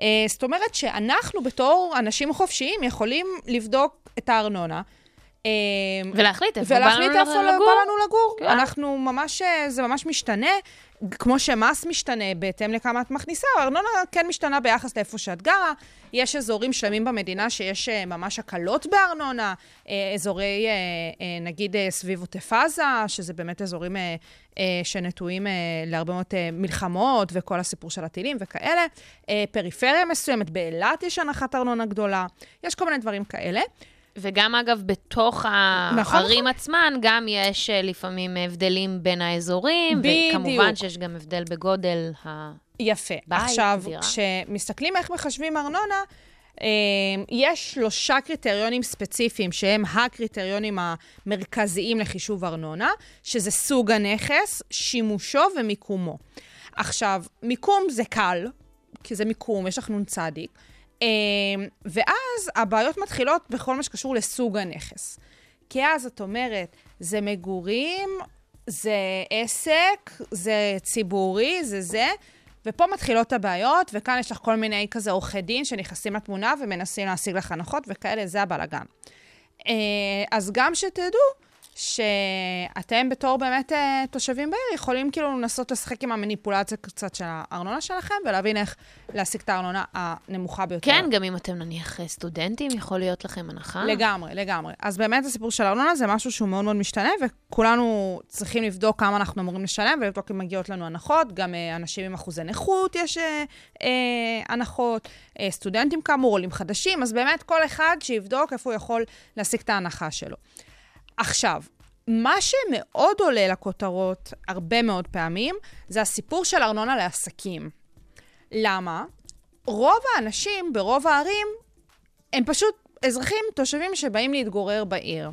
E: אה, זאת אומרת שאנחנו בתור אנשים חופשיים יכולים לבדוק את הארנונה. אה,
D: ולהחליט איפה בא
E: ולהחליט
D: לנו
E: איפה לא
D: לגור.
E: בא לנו לגור.
D: כן.
E: אנחנו ממש, אה, זה ממש משתנה, כמו שמס משתנה בהתאם לכמה את מכניסה, הארנונה כן משתנה ביחס לאיפה שאת גרה. יש אזורים שלמים במדינה שיש אה, ממש הקלות בארנונה, אה, אזורי, אה, אה, נגיד אה, סביב עוטף עזה, שזה באמת אזורים אה, אה, שנטועים אה, להרבה מאוד אה, מלחמות וכל הסיפור של הטילים וכאלה. אה, פריפריה מסוימת, באילת יש הנחת ארנונה גדולה, יש כל מיני דברים כאלה.
D: וגם, אגב, בתוך
E: נכון,
D: הערים עצמן, גם יש אה, לפעמים הבדלים בין האזורים, וכמובן
E: בדיוק.
D: שיש גם הבדל בגודל ה...
E: יפה.
D: בית,
E: עכשיו,
D: דירה.
E: כשמסתכלים איך מחשבים ארנונה, אה, יש שלושה קריטריונים ספציפיים, שהם הקריטריונים המרכזיים לחישוב ארנונה, שזה סוג הנכס, שימושו ומיקומו. עכשיו, מיקום זה קל, כי זה מיקום, יש לך נ"צ. אה, ואז הבעיות מתחילות בכל מה שקשור לסוג הנכס. כי אז את אומרת, זה מגורים, זה עסק, זה ציבורי, זה זה, ופה מתחילות הבעיות, וכאן יש לך כל מיני כזה עורכי דין שנכנסים לתמונה ומנסים להשיג לך הנחות וכאלה, זה הבלאגן. אה, אז גם שתדעו שאתם בתור באמת אה, תושבים בעיר יכולים כאילו לנסות לשחק עם המניפולציה קצת של הארנונה שלכם ולהבין איך להשיג את הארנונה הנמוכה ביותר.
D: כן, גם אם אתם נניח אה, סטודנטים, יכול להיות לכם הנחה.
E: לגמרי, לגמרי. אז באמת הסיפור של הארנונה זה משהו שהוא מאוד מאוד משתנה, וכולנו צריכים לבדוק כמה אנחנו אמורים לשלם ולבדוק אם מגיעות לנו הנחות. גם אה, אנשים עם אחוזי נכות יש אה, אה, הנחות, אה, סטודנטים כאמור, עולים חדשים, אז באמת כל אחד שיבדוק איפה הוא יכול להשיג את ההנחה שלו. עכשיו, מה שמאוד עולה לכותרות הרבה מאוד פעמים, זה הסיפור של ארנונה לעסקים. למה? רוב האנשים ברוב הערים הם פשוט אזרחים, תושבים שבאים להתגורר בעיר.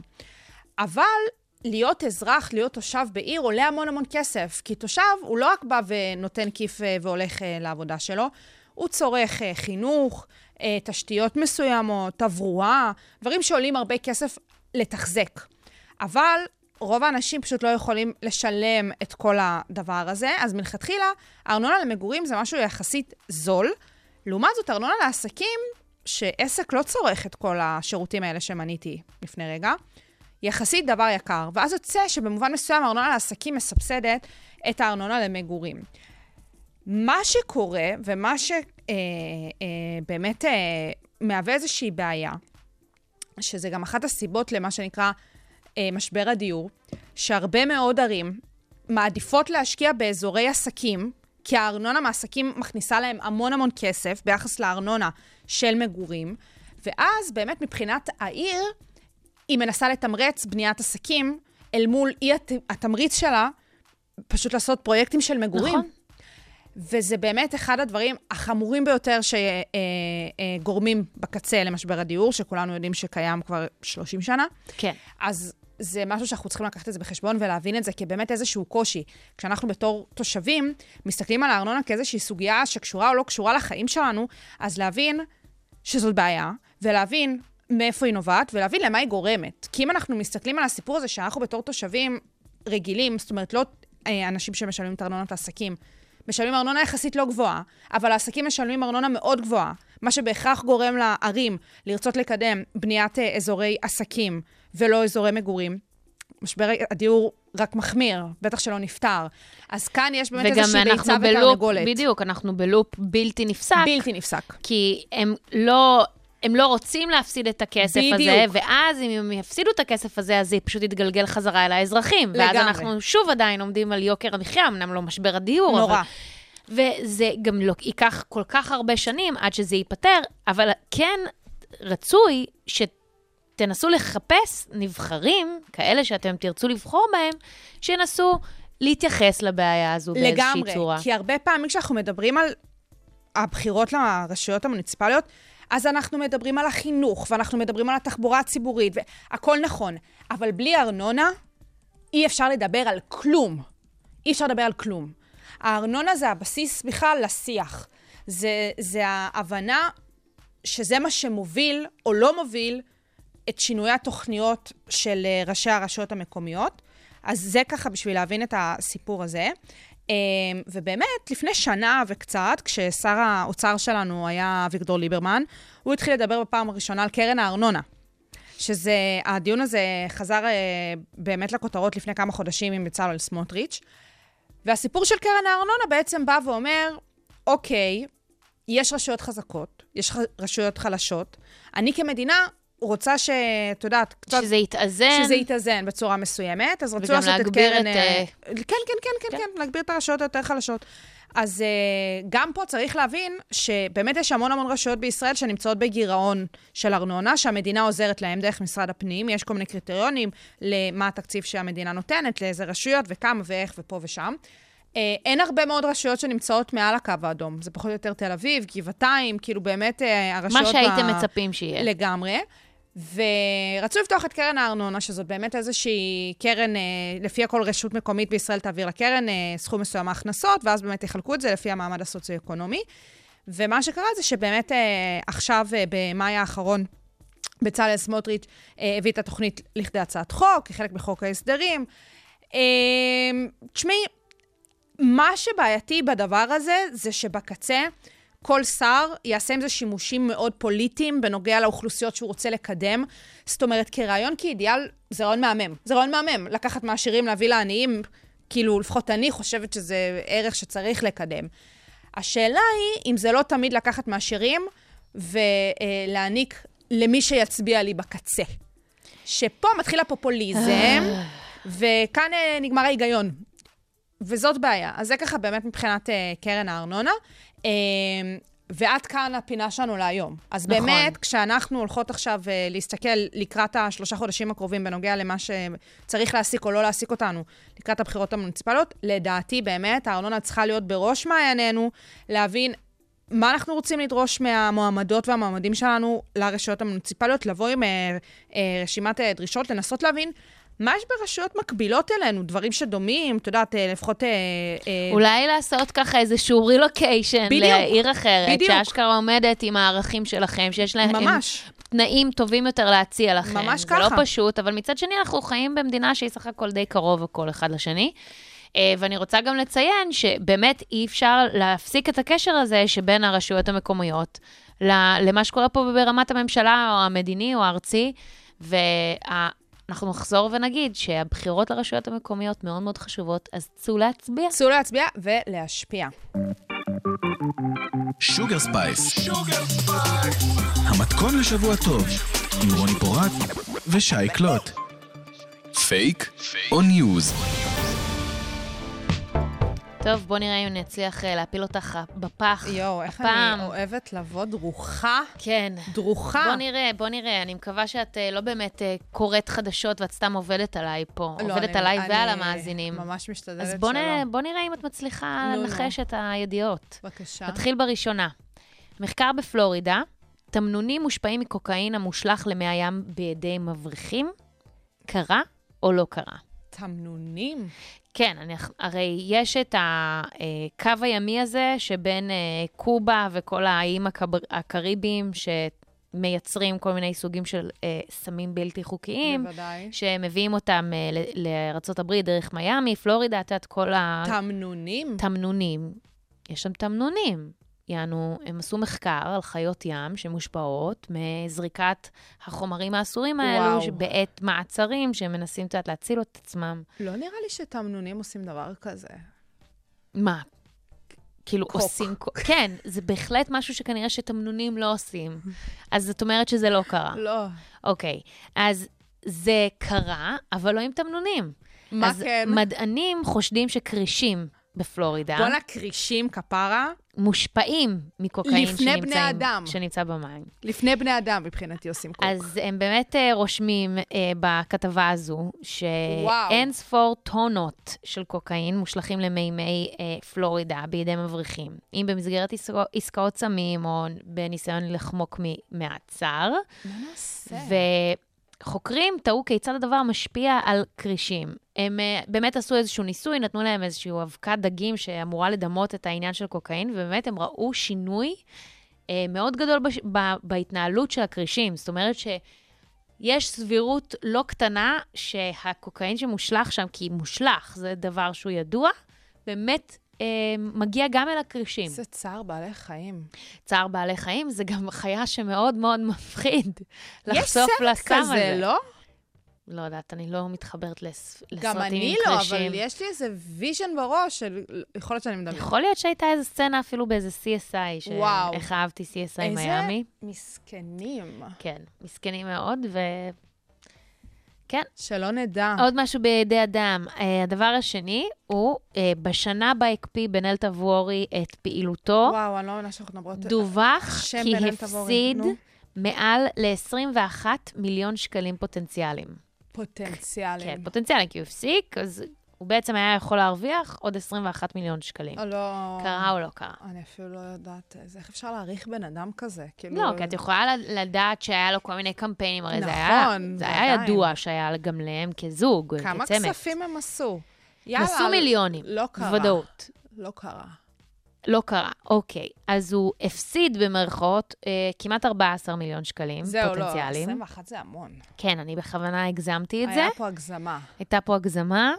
E: אבל להיות אזרח, להיות תושב בעיר, עולה המון המון כסף. כי תושב, הוא לא רק בא ונותן כיף אה, והולך אה, לעבודה שלו, הוא צורך אה, חינוך, אה, תשתיות מסוימות, תברואה, דברים שעולים הרבה כסף לתחזק. אבל רוב האנשים פשוט לא יכולים לשלם את כל הדבר הזה, אז מלכתחילה, הארנונה למגורים זה משהו יחסית זול. לעומת זאת, ארנונה לעסקים, שעסק לא צורך את כל השירותים האלה שמניתי לפני רגע, יחסית דבר יקר. ואז יוצא שבמובן מסוים הארנונה לעסקים מסבסדת את הארנונה למגורים. מה שקורה, ומה שבאמת אה, אה, באמת, אה, מהווה איזושהי בעיה, שזה גם אחת הסיבות למה שנקרא אה, משבר הדיור, שהרבה מאוד ערים מעדיפות להשקיע באזורי עסקים, כי הארנונה מעסקים מכניסה להם המון המון כסף ביחס לארנונה של מגורים, ואז באמת מבחינת העיר, היא מנסה לתמרץ בניית עסקים אל מול אי הת... התמריץ שלה, פשוט לעשות פרויקטים של מגורים.
D: נכון.
E: נכון. וזה באמת אחד הדברים החמורים ביותר שגורמים בקצה למשבר הדיור, שכולנו יודעים שקיים כבר 30 שנה.
D: כן.
E: אז זה משהו שאנחנו צריכים לקחת את זה בחשבון ולהבין את זה כבאמת איזשהו קושי. כשאנחנו בתור תושבים מסתכלים על הארנונה כאיזושהי סוגיה שקשורה או לא קשורה לחיים שלנו, אז להבין שזאת בעיה, ולהבין מאיפה היא נובעת, ולהבין למה היא גורמת. כי אם אנחנו מסתכלים על הסיפור הזה שאנחנו בתור תושבים רגילים, זאת אומרת, לא אה, אנשים שמשלמים את ארנונת העסקים, משלמים ארנונה יחסית לא גבוהה, אבל העסקים משלמים ארנונה מאוד גבוהה, מה שבהכרח גורם לערים לרצות לקדם בניית אה, אזורי עסקים ולא אזורי מגורים. משבר הדיור רק מחמיר, בטח שלא נפתר. אז כאן יש באמת
D: וגם
E: איזושהי ביצה
D: אנחנו בלופ,
E: ותרנגולת.
D: בדיוק, אנחנו בלופ בלתי נפסק,
E: בלתי נפסק.
D: כי הם לא... הם לא רוצים להפסיד את הכסף הזה,
E: בדיוק.
D: ואז אם הם יפסידו את הכסף הזה, אז זה פשוט יתגלגל חזרה אל האזרחים. ואז
E: לגמרי.
D: אנחנו שוב עדיין עומדים על יוקר המחיה, אמנם לא משבר הדיור,
E: נורא.
D: אבל... וזה גם לא ייקח כל כך הרבה שנים עד שזה ייפתר, אבל כן רצוי שתנסו לחפש נבחרים, כאלה שאתם תרצו לבחור בהם, שינסו להתייחס לבעיה הזו באיזושהי צורה.
E: כי הרבה פעמים כשאנחנו מדברים על הבחירות לרשויות המוניציפליות, אז אנחנו מדברים על החינוך, ואנחנו מדברים על התחבורה הציבורית, והכל נכון, אבל בלי ארנונה אי אפשר לדבר על כלום. אי אפשר לדבר על כלום. הארנונה זה הבסיס בכלל לשיח. זה, זה ההבנה שזה מה שמוביל או לא מוביל את שינויי התוכניות של אה, ראשי הרשויות המקומיות. אז זה ככה בשביל להבין את הסיפור הזה. אה, ובאמת, לפני שנה וקצת, כששר האוצר שלנו היה אביגדור ליברמן, הוא התחיל לדבר בפעם הראשונה על קרן הארנונה. שזה, הדיון הזה חזר אה, באמת לכותרות לפני כמה חודשים עם בצלאל סמוטריץ'. והסיפור של קרן הארנונה בעצם בא ואומר, אוקיי, יש רשויות חזקות, יש ח... רשויות חלשות. אני כמדינה רוצה ש... את יודעת, קצת...
D: שזה יתאזן.
E: שזה יתאזן בצורה מסוימת, אז רצו
D: וגם
E: לעשות את
D: להגביר
E: קרן...
D: את,
E: אה,
D: אה,
E: כן, כן, כן, כן, כן, להגביר את הרשויות היותר חלשות. אז אה, גם פה צריך להבין שבאמת יש המון המון רשויות בישראל שנמצאות בגירעון של ארנונה, שהמדינה עוזרת להם דרך משרד הפנים, יש כל מיני קריטריונים למה התקציב שהמדינה נותנת, לאיזה רשויות וכמה ואיך ופה ושם. אה, אין הרבה מאוד רשויות שנמצאות מעל הקו האדום, זה פחות או יותר תל אביב, גבעתיים, כאילו באמת אה, הרשויות...
D: מה שהייתם
E: ב-
D: מצפים שיהיה.
E: לגמרי. ורצו לפתוח את קרן הארנונה, שזאת באמת איזושהי קרן, אה, לפי כל רשות מקומית בישראל תעביר לקרן אה, סכום מסוים מההכנסות, ואז באמת יחלקו את זה לפי המעמד הסוציו-אקונומי. ומה שקרה זה שבאמת אה, עכשיו, אה, במאי האחרון, בצלאל סמוטריץ' אה, הביא את התוכנית לכדי הצעת חוק, כחלק מחוק ההסדרים. אה, תשמעי, מה שבעייתי בדבר הזה, זה שבקצה כל שר יעשה עם זה שימושים מאוד פוליטיים בנוגע לאוכלוסיות שהוא רוצה לקדם. זאת אומרת, כרעיון, כאידיאל, זה רעיון מהמם. זה רעיון מהמם, לקחת מעשירים להביא לעניים, כאילו, לפחות אני חושבת שזה ערך שצריך לקדם. השאלה היא אם זה לא תמיד לקחת מעשירים ולהעניק למי שיצביע לי בקצה. שפה מתחיל הפופוליזם, וכאן אה, נגמר ההיגיון. וזאת בעיה. אז זה ככה באמת מבחינת אה, קרן הארנונה. אה, ועד כאן הפינה שלנו להיום. אז
D: נכון.
E: נכון. באמת, כשאנחנו הולכות עכשיו אה, להסתכל לקראת השלושה חודשים הקרובים בנוגע למה שצריך להעסיק או לא להעסיק אותנו לקראת הבחירות המוניציפליות, לדעתי באמת הארנונה צריכה להיות בראש מעיינינו, להבין מה אנחנו רוצים לדרוש מהמועמדות והמועמדים שלנו לרשויות המוניציפליות, לבוא עם אה, אה, רשימת אה, דרישות, לנסות להבין מה יש ברשויות מקבילות אלינו, דברים שדומים, את יודעת, אה, לפחות... אה, אה,
D: אולי לעשות ככה איזשהו רילוקיישן
E: בדיוק,
D: לעיר אחרת,
E: בדיוק.
D: שאשכרה עומדת עם הערכים שלכם, שיש להם
E: ממש.
D: תנאים טובים יותר להציע לכם.
E: ממש
D: זה
E: ככה.
D: לא פשוט, אבל מצד שני, אנחנו חיים במדינה שהיא סך הכל די קרוב הכל אחד לשני. אה, ואני רוצה גם לציין שבאמת אי אפשר להפסיק את הקשר הזה שבין הרשויות המקומיות ל- למה שקורה פה ברמת הממשלה, או המדיני, או הארצי. ואנחנו נחזור ונגיד שהבחירות לרשויות המקומיות מאוד מאוד חשובות, אז צאו להצביע.
E: צאו להצביע ולהשפיע.
C: שוגר ספייס. המתכון לשבוע טוב, עם רוני פורט ושי קלוט. פייק או ניוז?
D: טוב, בוא נראה אם נצליח אה, להפיל אותך בפח.
E: יואו, איך
D: הפעם.
E: אני אה, אוהבת לבוא דרוכה.
D: כן.
E: דרוכה.
D: בוא נראה, בוא נראה. אני מקווה שאת אה, לא באמת אה, קוראת חדשות ואת סתם עובדת עליי פה.
E: לא,
D: עובדת
E: אני-
D: עליי
E: אני
D: ועל המאזינים.
E: ממש משתדלת
D: אז
E: שלא.
D: בוא, נ... בוא נראה אם את מצליחה
E: נו, נו.
D: לנחש את הידיעות.
E: בבקשה.
D: נתחיל בראשונה. מחקר בפלורידה, תמנונים מושפעים מקוקאין המושלך למי הים בידי מבריחים, קרה או לא קרה?
E: תמנונים.
D: כן, אני, הרי יש את הקו הימי הזה שבין אה, קובה וכל האיים הקב- הקריביים שמייצרים כל מיני סוגים של אה, סמים בלתי חוקיים,
E: בוודאי.
D: שמביאים אותם אה, ל- לארה"ב דרך מיאמי, פלורידה, את יודעת, כל
E: תמנונים?
D: התמנונים. יש שם תמנונים. יענו, הם עשו מחקר על חיות ים שמושפעות מזריקת החומרים האסורים האלו
E: וואו.
D: ש- בעת מעצרים, שהם מנסים קצת להציל את עצמם.
E: לא נראה לי שתמנונים עושים דבר כזה.
D: מה? כאילו
E: קוק.
D: עושים... קוק. כן, זה בהחלט משהו שכנראה שתמנונים לא עושים. אז זאת אומרת שזה לא קרה.
E: לא.
D: אוקיי, אז זה קרה, אבל לא עם תמנונים.
E: מה
D: אז
E: כן?
D: מדענים חושדים שכרישים בפלורידה
E: כל הכרישים, כפרה,
D: מושפעים מקוקאין
E: לפני
D: שנמצאים-
E: בני אדם.
D: שנמצא במים.
E: לפני בני אדם מבחינתי עושים קוק.
D: אז הם באמת אה, רושמים אה, בכתבה הזו
E: וואו.
D: שאין ספור טונות של קוקאין מושלכים למימי אה, פלורידה בידי מבריחים, אם במסגרת עסקו, עסקאות סמים או בניסיון לחמוק מ- מהצר.
E: מה נעשה?
D: ו... חוקרים תהו כיצד הדבר משפיע על כרישים. הם אה, באמת עשו איזשהו ניסוי, נתנו להם איזושהי אבקת דגים שאמורה לדמות את העניין של קוקאין, ובאמת הם ראו שינוי אה, מאוד גדול בש... ב... בהתנהלות של הכרישים. זאת אומרת ש... יש סבירות לא קטנה שהקוקאין שמושלך שם, כי מושלך, זה דבר שהוא ידוע, באמת אה, מגיע גם אל הכרישים.
E: זה צער בעלי חיים.
D: צער בעלי חיים זה גם חיה שמאוד מאוד מפחיד
E: יש
D: לחשוף
E: סרט
D: לסם הזה.
E: כזה, לא?
D: לא יודעת, אני לא מתחברת לס... לסרטים עם
E: גם אני
D: קרשים.
E: לא, אבל יש לי איזה ויז'ן בראש של... יכול להיות שאני מדברת.
D: יכול להיות שהייתה איזו סצנה אפילו באיזה CSI, ש...
E: וואו.
D: איך אהבתי CSI
E: איזה
D: מיאמי.
E: מסכנים.
D: כן, מסכנים מאוד, ו... כן,
E: שלא נדע.
D: עוד משהו בידי אדם. אה, הדבר השני הוא, אה, בשנה בה הקפיא בן אל תבורי את פעילותו,
E: וואו, אני לא מאמינה שאנחנו מדברות...
D: דווח
E: השם
D: כי
E: בן אל תבורי,
D: הפסיד
E: נו.
D: מעל ל-21 מיליון שקלים פוטנציאליים.
E: פוטנציאלים.
D: כן, פוטנציאליים, כי הוא הפסיק, אז הוא בעצם היה יכול להרוויח עוד 21 מיליון שקלים.
E: או לא...
D: קרה או לא קרה?
E: אני אפילו לא יודעת. אז איך אפשר להעריך בן אדם כזה? כאילו...
D: לא, כי את יכולה לד- לדעת שהיה לו כל מיני קמפיינים, הרי זה היה,
E: נכון,
D: זה היה
E: ועדיין.
D: ידוע שהיה גם להם כזוג, כצמד.
E: כמה כספים הם עשו? יאללה.
D: נסעו מיליונים,
E: לא קרה.
D: בוודאות.
E: לא קרה.
D: לא קרה, אוקיי. אז הוא הפסיד במרכאות אה, כמעט 14 מיליון שקלים
E: זהו, לא,
D: פוטנציאליים.
E: 21 זה המון.
D: כן, אני בכוונה הגזמתי את זה.
E: היה פה הגזמה.
D: הייתה פה הגזמה,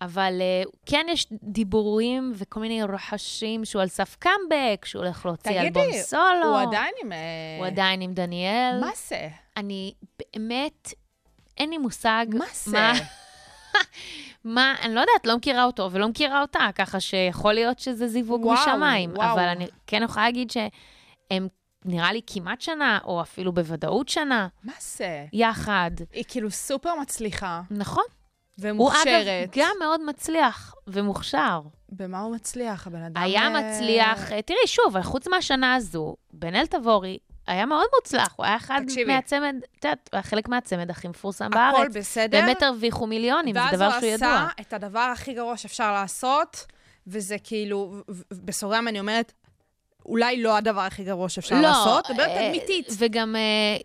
D: אבל אה, כן יש דיבורים וכל מיני רחשים שהוא על סף קאמבק, שהוא הולך להוציא
E: תגידי,
D: אלבום סולו.
E: הוא עדיין עם... אה,
D: הוא עדיין עם דניאל.
E: מה זה?
D: אני באמת, אין לי מושג
E: מה זה?
D: מה, אני לא יודעת, לא מכירה אותו ולא מכירה אותה, ככה שיכול להיות שזה זיווג
E: וואו,
D: משמיים.
E: וואו.
D: אבל אני כן יכולה להגיד שהם, נראה לי, כמעט שנה, או אפילו בוודאות שנה,
E: מה זה?
D: יחד.
E: היא כאילו סופר מצליחה
D: נכון. הוא אגב
E: ומוכשרת.
D: גם מאוד מצליח ומוכשר.
E: במה הוא מצליח? הבן אדם...
D: היה
E: אה,
D: מצליח, אה, תראי, שוב, חוץ מהשנה הזו, בן אל תבורי היה מאוד מוצלח, הוא היה אחד
E: תקשיבי.
D: מהצמד, את יודעת, הוא היה חלק מהצמד הכי מפורסם בארץ.
E: הכל בסדר.
D: באמת הרוויחו מיליונים, זה
E: ואז
D: דבר
E: הוא
D: שהוא ידוע.
E: עשה את הדבר הכי גרוע שאפשר לעשות, וזה כאילו, ו- ו- בסוגריים אני אומרת, אולי לא הדבר הכי גרוע שאפשר לעשות,
D: אה,
E: באמת אמיתית.
D: וגם אה,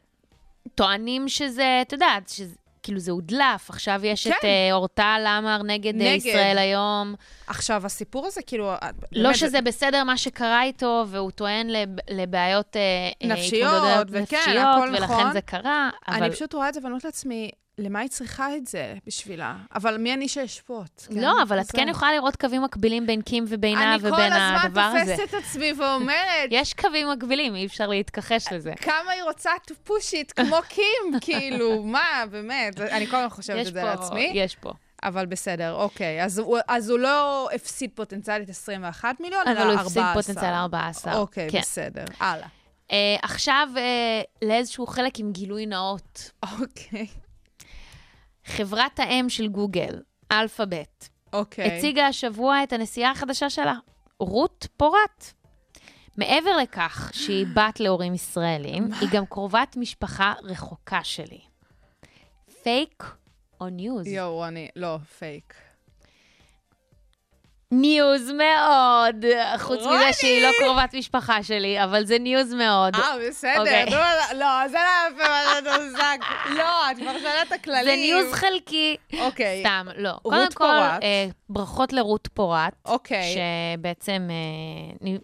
D: טוענים שזה, את יודעת, שזה- כאילו זה הודלף, עכשיו יש
E: כן.
D: את אה, אורטל עמר נגד אה,
E: נגד.
D: ישראל היום. עכשיו,
E: עכשיו, הסיפור הזה, כאילו... את-
D: לא
E: באמת,
D: שזה בסדר מה שקרה איתו, והוא טוען לב- לבעיות אה, אה,
E: נפשיות,
D: התמודדויות
E: וכן,
D: נפשיות,
E: הכל
D: ולכן
E: נכון.
D: זה קרה, אבל...
E: אני פשוט רואה את זה ואני אומרת לעצמי, למה היא צריכה את זה בשבילה? אבל מי אני שאשפוט? כן?
D: לא, אבל את
E: זה.
D: כן יכולה לראות קווים מקבילים בין קים ובינה ובין הדבר
E: אני כל
D: הזה.
E: הזמן תופסת את עצמי ואומרת,
D: יש קווים מקבילים, אי אפשר להתכחש לזה.
E: כמה היא רוצה to push it כמו קים, כאילו, מה, באמת, אני כל הזמן חושבת
D: יש
E: את זה
D: פה-
E: לעצמי.
D: יש פה.
E: אבל בסדר, אוקיי. אז הוא, אז הוא לא הפסיד פוטנציאלית 21 מיליון, אלא
D: אבל
E: 14.
D: הוא הפסיד פוטנציאל 14.
E: אוקיי,
D: כן.
E: בסדר. הלאה.
D: אה, עכשיו אה, לאיזשהו חלק עם גילוי נאות.
E: אוקיי.
D: חברת האם של גוגל, אלפאבית,
E: אוקיי.
D: הציגה השבוע את הנסיעה החדשה שלה, רות פורת. מעבר לכך שהיא בת להורים ישראלים, היא גם קרובת משפחה רחוקה שלי. פייק או ניוז?
E: יואו, אני... לא, פייק.
D: ניוז מאוד, חוץ
E: רוני!
D: מזה שהיא לא קרובת משפחה שלי, אבל זה ניוז מאוד.
E: אה, בסדר.
D: אוקיי.
E: נו, לא, זה לא יפה, מה זה מוזג. לא, את כבר שאלה את הכללים.
D: זה ניוז חלקי.
E: אוקיי.
D: סתם, לא.
E: רות
D: קודם כל,
E: פורת.
D: אה, ברכות לרות פורת,
E: אוקיי.
D: שבעצם אה, אני-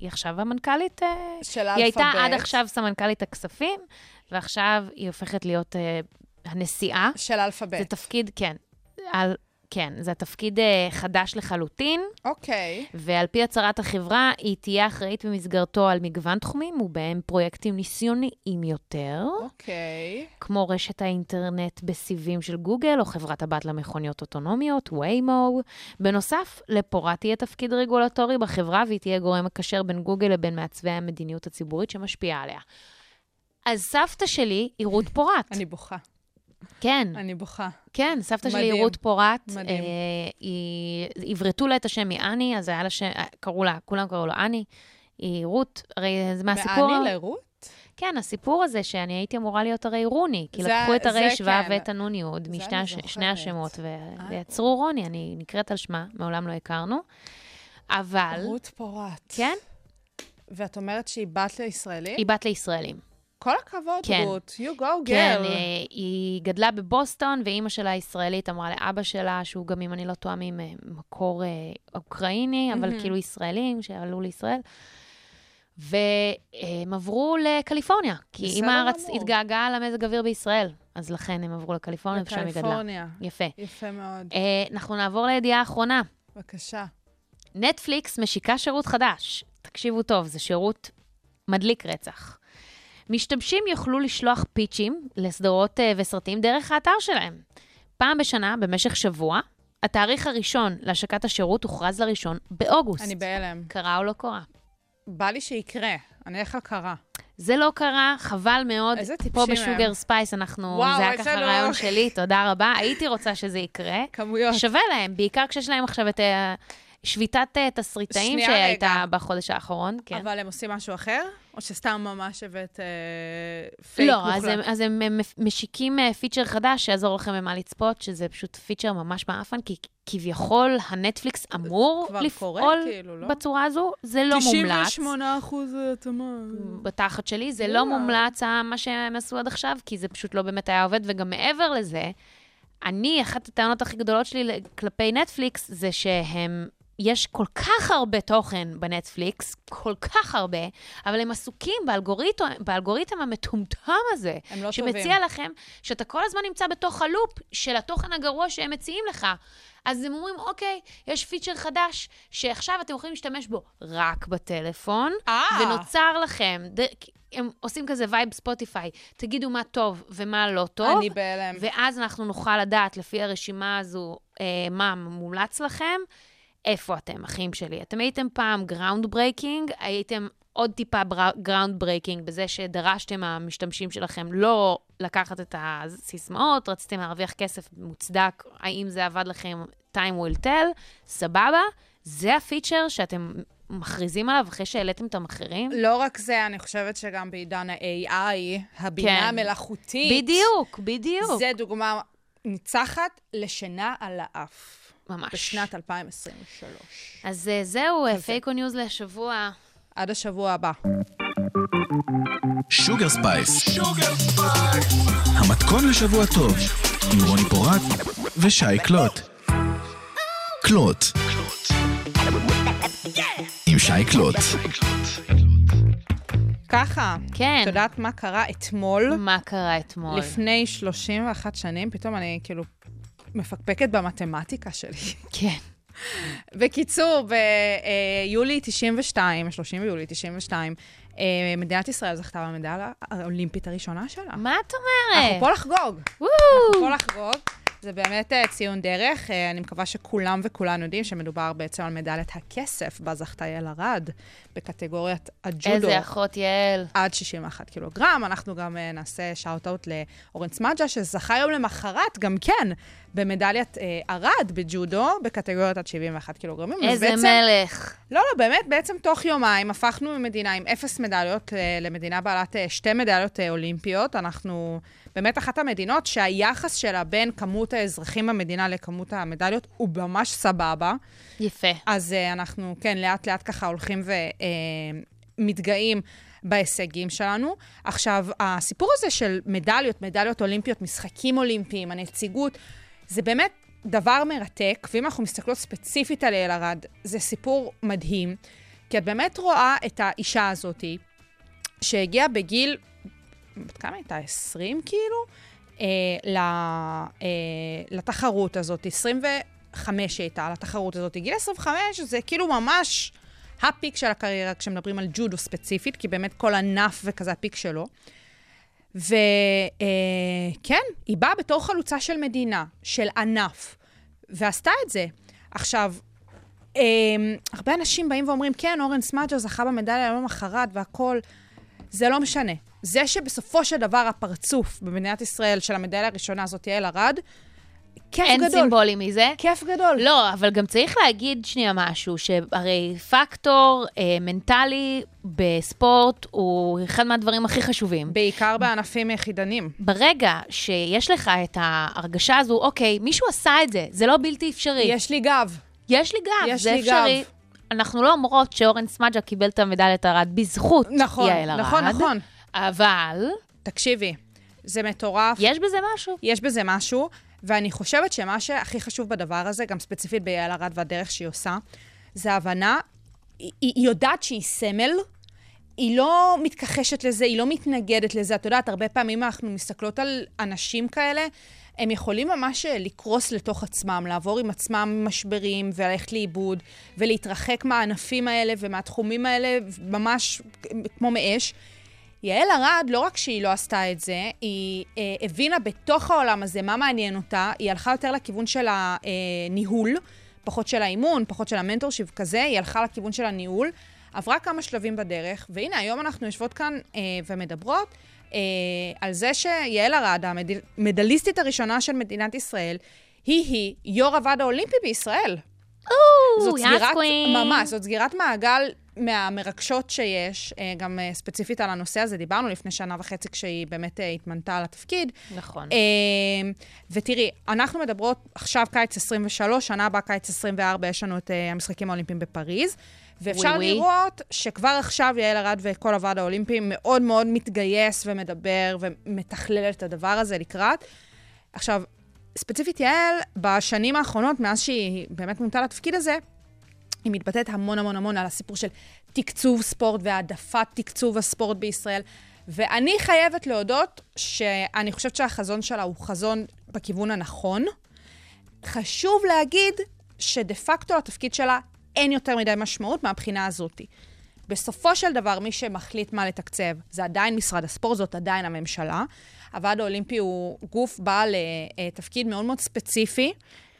D: היא עכשיו המנכ"לית... אה,
E: של אלפאבית.
D: היא הייתה עד עכשיו סמנכ"לית הכספים, ועכשיו היא הופכת להיות אה, הנשיאה.
E: של
D: זה
E: אלפאבית.
D: תפקיד, כן. על... כן, זה תפקיד אה, חדש לחלוטין,
E: אוקיי.
D: ועל פי הצהרת החברה, היא תהיה אחראית במסגרתו על מגוון תחומים, ובהם פרויקטים ניסיוניים יותר,
E: אוקיי.
D: כמו רשת האינטרנט בסיבים של גוגל, או חברת הבת למכוניות אוטונומיות, ויימו. בנוסף, לפורה תהיה תפקיד רגולטורי בחברה, והיא תהיה גורם מקשר בין גוגל לבין מעצבי המדיניות הציבורית שמשפיעה עליה. אז סבתא שלי היא רות פורת.
E: אני בוכה.
D: כן,
E: אני בוכה.
D: כן, סבתא שלי היא
E: מדהים.
D: רות פורת.
E: מדהים.
D: אה, היא- עברתו לה את השם מאני, אז היה לה שם, אה, קראו לה, כולם קראו לו אני. היא רות, הרי זה מהסיפור...
E: ואני לרות?
D: כן, הסיפור הזה שאני הייתי אמורה להיות הרי רוני, כי
E: זה-
D: לקחו את
E: זה
D: הרי שווה
E: כן.
D: ואת הנון יוד
E: אני
D: משני הש-
E: זוכרת. אה?
D: שני השמות, ויצרו רוני, אני נקראת על שמה, מעולם לא הכרנו. אבל
E: רות פורת.
D: כן.
E: ואת אומרת שהיא בת לישראלים?
D: היא בת לישראלים.
E: כל הכבוד,
D: כן.
E: רות, you go
D: כן,
E: girl.
D: אה, היא גדלה בבוסטון, ואימא שלה ישראלית אמרה לאבא שלה, שהוא גם, אם אני לא טועה, ממקור אה, אוקראיני, אבל כאילו ישראלים שעלו לישראל. והם עברו לקליפורניה, כי
E: בסדר
D: אימא רצ...
E: גמור.
D: התגעגעה למזג אוויר בישראל, אז לכן הם עברו לקליפורניה, ושם היא גדלה.
E: בקליפורניה.
D: יפה.
E: יפה מאוד.
D: אה, אנחנו נעבור לידיעה האחרונה.
E: בבקשה.
D: נטפליקס משיקה שירות חדש. תקשיבו טוב, זה שירות מדליק רצח. משתמשים יוכלו לשלוח פיצ'ים לסדרות אה, וסרטים דרך האתר שלהם. פעם בשנה, במשך שבוע, התאריך הראשון להשקת השירות הוכרז לראשון באוגוסט.
E: אני בהלם.
D: קרה או לא קרה?
E: בא לי שיקרה, אני איך הקרה.
D: זה לא קרה, חבל מאוד.
E: איזה טיפשים
D: פה
E: הם.
D: בשוגר ספייס אנחנו,
E: וואו,
D: זה היה
E: איזה
D: ככה
E: לא.
D: רעיון שלי, תודה רבה. הייתי רוצה שזה יקרה.
E: כמויות.
D: שווה להם, בעיקר כשיש להם עכשיו את אה, שביתת אה, תסריטאים
E: שנייה,
D: שהייתה
E: רגע.
D: בחודש האחרון. כן.
E: אבל הם עושים משהו אחר? או שסתם ממש הבאת אה, פייק
D: לא,
E: מוחלט?
D: אז הם, אז הם, הם משיקים אה, פיצ'ר חדש שיעזור לכם במה לצפות, שזה פשוט פיצ'ר ממש מעפן, כי כביכול הנטפליקס אמור
E: כבר
D: לפעול
E: קורה, כאילו, לא?
D: בצורה הזו, זה לא מומלץ.
E: 98 אחוז אה, התאמה.
D: בתחת שלי, זה לא
E: וואו.
D: מומלץ אה, מה שהם עשו עד עכשיו, כי זה פשוט לא באמת היה עובד, וגם מעבר לזה, אני, אחת הטענות הכי גדולות שלי ל- כלפי נטפליקס, זה שהם... יש כל כך הרבה תוכן בנטפליקס, כל כך הרבה, אבל הם עסוקים באלגוריתם, באלגוריתם המטומטם הזה.
E: הם לא
D: שמציע
E: טובים.
D: לכם שאתה כל הזמן נמצא בתוך הלופ של התוכן הגרוע שהם מציעים לך. אז הם אומרים, אוקיי, יש פיצ'ר חדש, שעכשיו אתם יכולים להשתמש בו רק בטלפון,
E: אה.
D: ונוצר לכם, ד... הם עושים כזה וייב ספוטיפיי, תגידו מה טוב ומה לא טוב.
E: אני בהלם.
D: ואז אנחנו נוכל לדעת, לפי הרשימה הזו, אה, מה מומלץ לכם, איפה אתם, אחים שלי. אתם הייתם פעם גראונד ברייקינג, הייתם עוד טיפה גראונד ברייקינג בזה שדרשתם מהמשתמשים שלכם לא לקחת את הסיסמאות, רציתם להרוויח כסף מוצדק, האם זה עבד לכם, time will tell, סבבה. זה הפיצ'ר שאתם מכריזים עליו אחרי שהעליתם את המחירים?
E: לא רק זה, אני חושבת שגם בעידן ה-AI, הבינה
D: כן.
E: המלאכותית,
D: בדיוק, בדיוק.
E: זה דוגמה ניצחת לשינה על האף.
D: ממש.
E: בשנת 2023.
D: אז אה, זהו, אה, פייקו ניוז
E: אה?
D: לשבוע.
E: עד השבוע הבא.
C: שוגר ספייס. המתכון לשבוע טוב, עם רוני פורט ושי קלוט. קלוט. עם שי קלוט.
E: ככה,
D: כן.
E: את יודעת מה קרה אתמול?
D: מה קרה אתמול?
E: לפני 31 שנים, פתאום אני כאילו מפקפקת במתמטיקה שלי.
D: כן.
E: בקיצור, ביולי 92, 30 ביולי 92, אה, מדינת ישראל זכתה במדליה האולימפית הראשונה שלה.
D: מה את
E: אנחנו
D: אומרת?
E: פה לחגוג.
D: וואו!
E: פה לחגוג. זה באמת אה, ציון דרך. אה, אני מקווה שכולם וכולן יודעים שמדובר בעצם על מדליית הכסף, בה זכתה יעל ארד, בקטגוריית הג'ודו.
D: איזה אחות יעל.
E: עד 61 קילוגרם. אנחנו גם אה, נעשה שאוט-אוט לאורן סמדג'ה, שזכה יום למחרת, גם כן, במדליית אה, ערד בג'ודו, בקטגוריית עד 71 קילוגרמים. אז
D: איזה
E: בעצם-
D: מלך.
E: לא, לא, באמת, בעצם תוך יומיים הפכנו ממדינה עם אפס מדליות אה, למדינה בעלת אה, שתי מדליות אה, אולימפיות. אנחנו באמת אחת המדינות שהיחס שלה בין כמות האזרחים במדינה לכמות המדליות הוא ממש סבבה.
D: יפה.
E: אז אה, אנחנו, כן, לאט-לאט ככה הולכים ומתגאים בהישגים שלנו. עכשיו, הסיפור הזה של מדליות, מדליות אולימפיות, משחקים אולימפיים, הנציגות, זה באמת דבר מרתק, ואם אנחנו מסתכלות ספציפית על אלערד, זה סיפור מדהים, כי את באמת רואה את האישה הזאתי, שהגיעה בגיל, בת כמה הייתה? 20 כאילו? אה, ל, אה, לתחרות הזאת, 25 היא הייתה לתחרות הזאת. גיל 25 זה כאילו ממש הפיק של הקריירה כשמדברים על ג'ודו ספציפית, כי באמת כל ענף וכזה הפיק שלו. וכן, אה, כן, היא באה בתור חלוצה של מדינה, של ענף, ועשתה את זה. עכשיו, אה, הרבה אנשים באים ואומרים, כן, אורן סמדג'ה זכה במדליה יום אחרת והכול. זה לא משנה. זה שבסופו של דבר הפרצוף במדינת ישראל של המדליה הראשונה הזאת יעל ארד, כיף
D: אין
E: גדול. כן.
D: סימבולי מזה.
E: כיף גדול.
D: לא, אבל גם צריך להגיד שנייה משהו, שהרי פקטור אה, מנטלי בספורט הוא אחד מהדברים הכי חשובים.
E: בעיקר בענפים יחידנים.
D: ברגע שיש לך את ההרגשה הזו, אוקיי, מישהו עשה את זה, זה לא בלתי אפשרי.
E: יש לי גב.
D: יש לי גב,
E: יש
D: זה
E: לי
D: אפשרי.
E: גב.
D: אנחנו לא אומרות שאורן סמדג'ה קיבל את המדליית ארד בזכות
E: נכון,
D: יעל ארד.
E: נכון, נכון.
D: אבל
E: תקשיבי, זה מטורף,
D: יש בזה משהו.
E: יש בזה משהו, ואני חושבת שמה שהכי חשוב בדבר הזה, גם ספציפית ביעל ארד והדרך שהיא עושה, זה ההבנה, היא, היא יודעת שהיא סמל, היא לא מתכחשת לזה, היא לא מתנגדת לזה. את יודעת, הרבה פעמים אנחנו מסתכלות על אנשים כאלה, הם יכולים ממש אה, לקרוס לתוך עצמם, לעבור עם עצמם משברים וללכת לאיבוד, ולהתרחק מהענפים האלה ומהתחומים האלה, ממש כמו מאש. יעל ארד, לא רק שהיא לא עשתה את זה, היא אה, הבינה בתוך העולם הזה מה מעניין אותה, היא הלכה יותר לכיוון של הניהול, פחות של האימון, פחות של המנטורשיפ כזה, היא הלכה לכיוון של הניהול, עברה כמה שלבים בדרך, והנה, היום אנחנו יושבות כאן אה, ומדברות אה, על זה שיעל ארד, המדליסטית הראשונה של מדינת ישראל, היא-היא יו"ר הוועד האולימפי בישראל. זאת
D: או, יאס
E: סגירת,
D: קווין.
E: ממש, זאת סגירת מעגל מהמרגשות שיש, אה, גם אה, ספציפית על הנושא הזה, דיברנו לפני שנה וחצי כשהיא באמת אה, התמנתה לתפקיד.
D: נכון.
E: אה, ותראי, אנחנו מדברות עכשיו קיץ 23, שנה הבאה קיץ 24, יש לנו את אה, המשחקים האולימפיים בפריז, ואפשר
D: וואי, וואי.
E: לראות שכבר עכשיו יעל ארד וכל הוועד האולימפי מאוד מאוד מתגייס ומדבר ומתכלל את הדבר הזה לקראת. עכשיו, ספציפית יעל, בשנים האחרונות, מאז שהיא באמת מונתה לתפקיד הזה, היא מתבטאת המון המון המון על הסיפור של תקצוב ספורט והעדפת תקצוב הספורט בישראל. ואני חייבת להודות שאני חושבת שהחזון שלה הוא חזון בכיוון הנכון. חשוב להגיד שדה פקטו לתפקיד שלה אין יותר מדי משמעות מהבחינה הזאתי. בסופו של דבר, מי שמחליט מה לתקצב זה עדיין משרד הספורט, זאת עדיין הממשלה. הוועד האולימפי הוא גוף בעל אה, אה, תפקיד מאוד מאוד ספציפי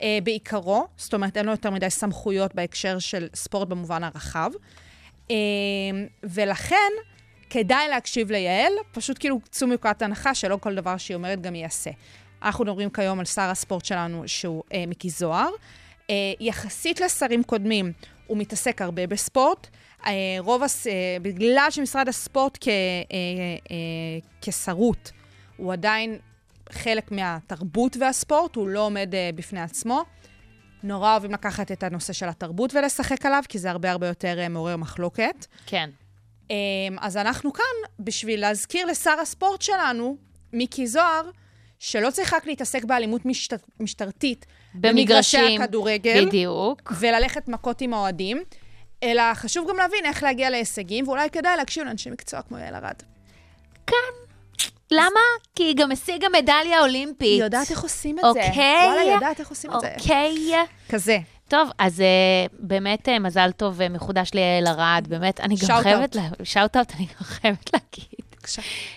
E: אה, בעיקרו, זאת אומרת, אין לו יותר מדי סמכויות בהקשר של ספורט במובן הרחב. אה, ולכן, כדאי להקשיב ליעל, פשוט כאילו צאו מנקודת הנחה שלא כל דבר שהיא אומרת גם ייעשה. אנחנו מדברים כיום על שר הספורט שלנו, שהוא אה, מיקי זוהר. אה, יחסית לשרים קודמים, הוא מתעסק הרבה בספורט. אה, רוב, הס... אה, בגלל שמשרד הספורט כ... אה, אה, כשרות, הוא עדיין חלק מהתרבות והספורט, הוא לא עומד אה, בפני עצמו. נורא אוהבים לקחת את הנושא של התרבות ולשחק עליו, כי זה הרבה הרבה יותר אה, מעורר מחלוקת.
D: כן.
E: אמ, אז אנחנו כאן בשביל להזכיר לשר הספורט שלנו, מיקי זוהר, שלא צריך רק להתעסק באלימות משת... משטרתית במגרשי
D: במגרשים.
E: הכדורגל,
D: בדיוק.
E: וללכת מכות עם האוהדים, אלא חשוב גם להבין איך להגיע להישגים, ואולי כדאי להקשיב לאנשי מקצוע כמו יעל ארד.
D: למה? כי היא גם השיגה מדליה אולימפית.
E: היא יודעת איך עושים את זה.
D: אוקיי.
E: וואלה, היא יודעת איך עושים את זה.
D: אוקיי.
E: כזה.
D: טוב, אז אה, באמת אה, מזל טוב אה, מחודש ליעל ארד, באמת, אני גם
E: שאוט-אאוט.
D: חייבת, לה- שאוט-אאוט, אני גם חייבת להגיד.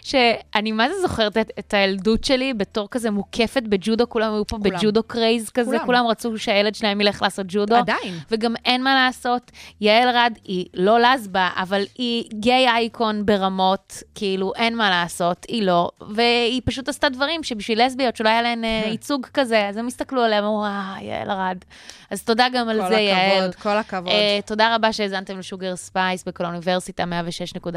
D: שאני מה זה זוכרת את, את הילדות שלי בתור כזה מוקפת בג'ודו, כולם היו פה
E: כולם.
D: בג'ודו קרייז כזה,
E: כולם.
D: כולם. רצו שהילד שלהם ילך לעשות ג'ודו.
E: עדיין.
D: וגם אין מה לעשות, יעל רד היא לא לז בה, אבל היא גיי אייקון ברמות, כאילו אין מה לעשות, היא לא, והיא פשוט עשתה דברים שבשביל לסביות שלא היה להן אה,
E: כן.
D: ייצוג כזה, אז הם הסתכלו עליה, אמרו, אה, יעל רד. אז תודה גם על
E: כל
D: זה,
E: הכבוד,
D: יעל.
E: כל הכבוד.
D: אה, תודה רבה שהאזנתם לשוגר ספייס בכל אוניברסיטה 106.2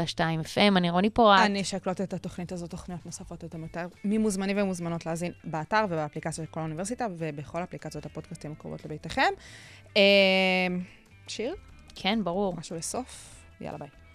D: FM, אני רוני פורט.
E: אני אשקלוט את התוכנית הזאת, תוכניות נוספות אתם יותר ממוזמנים ומוזמנות להאזין באתר ובאפליקציה של כל האוניברסיטה ובכל אפליקציות הפודקאסטים הקרובות לביתכם. אה, שיר,
D: כן, ברור.
E: משהו לסוף, יאללה ביי.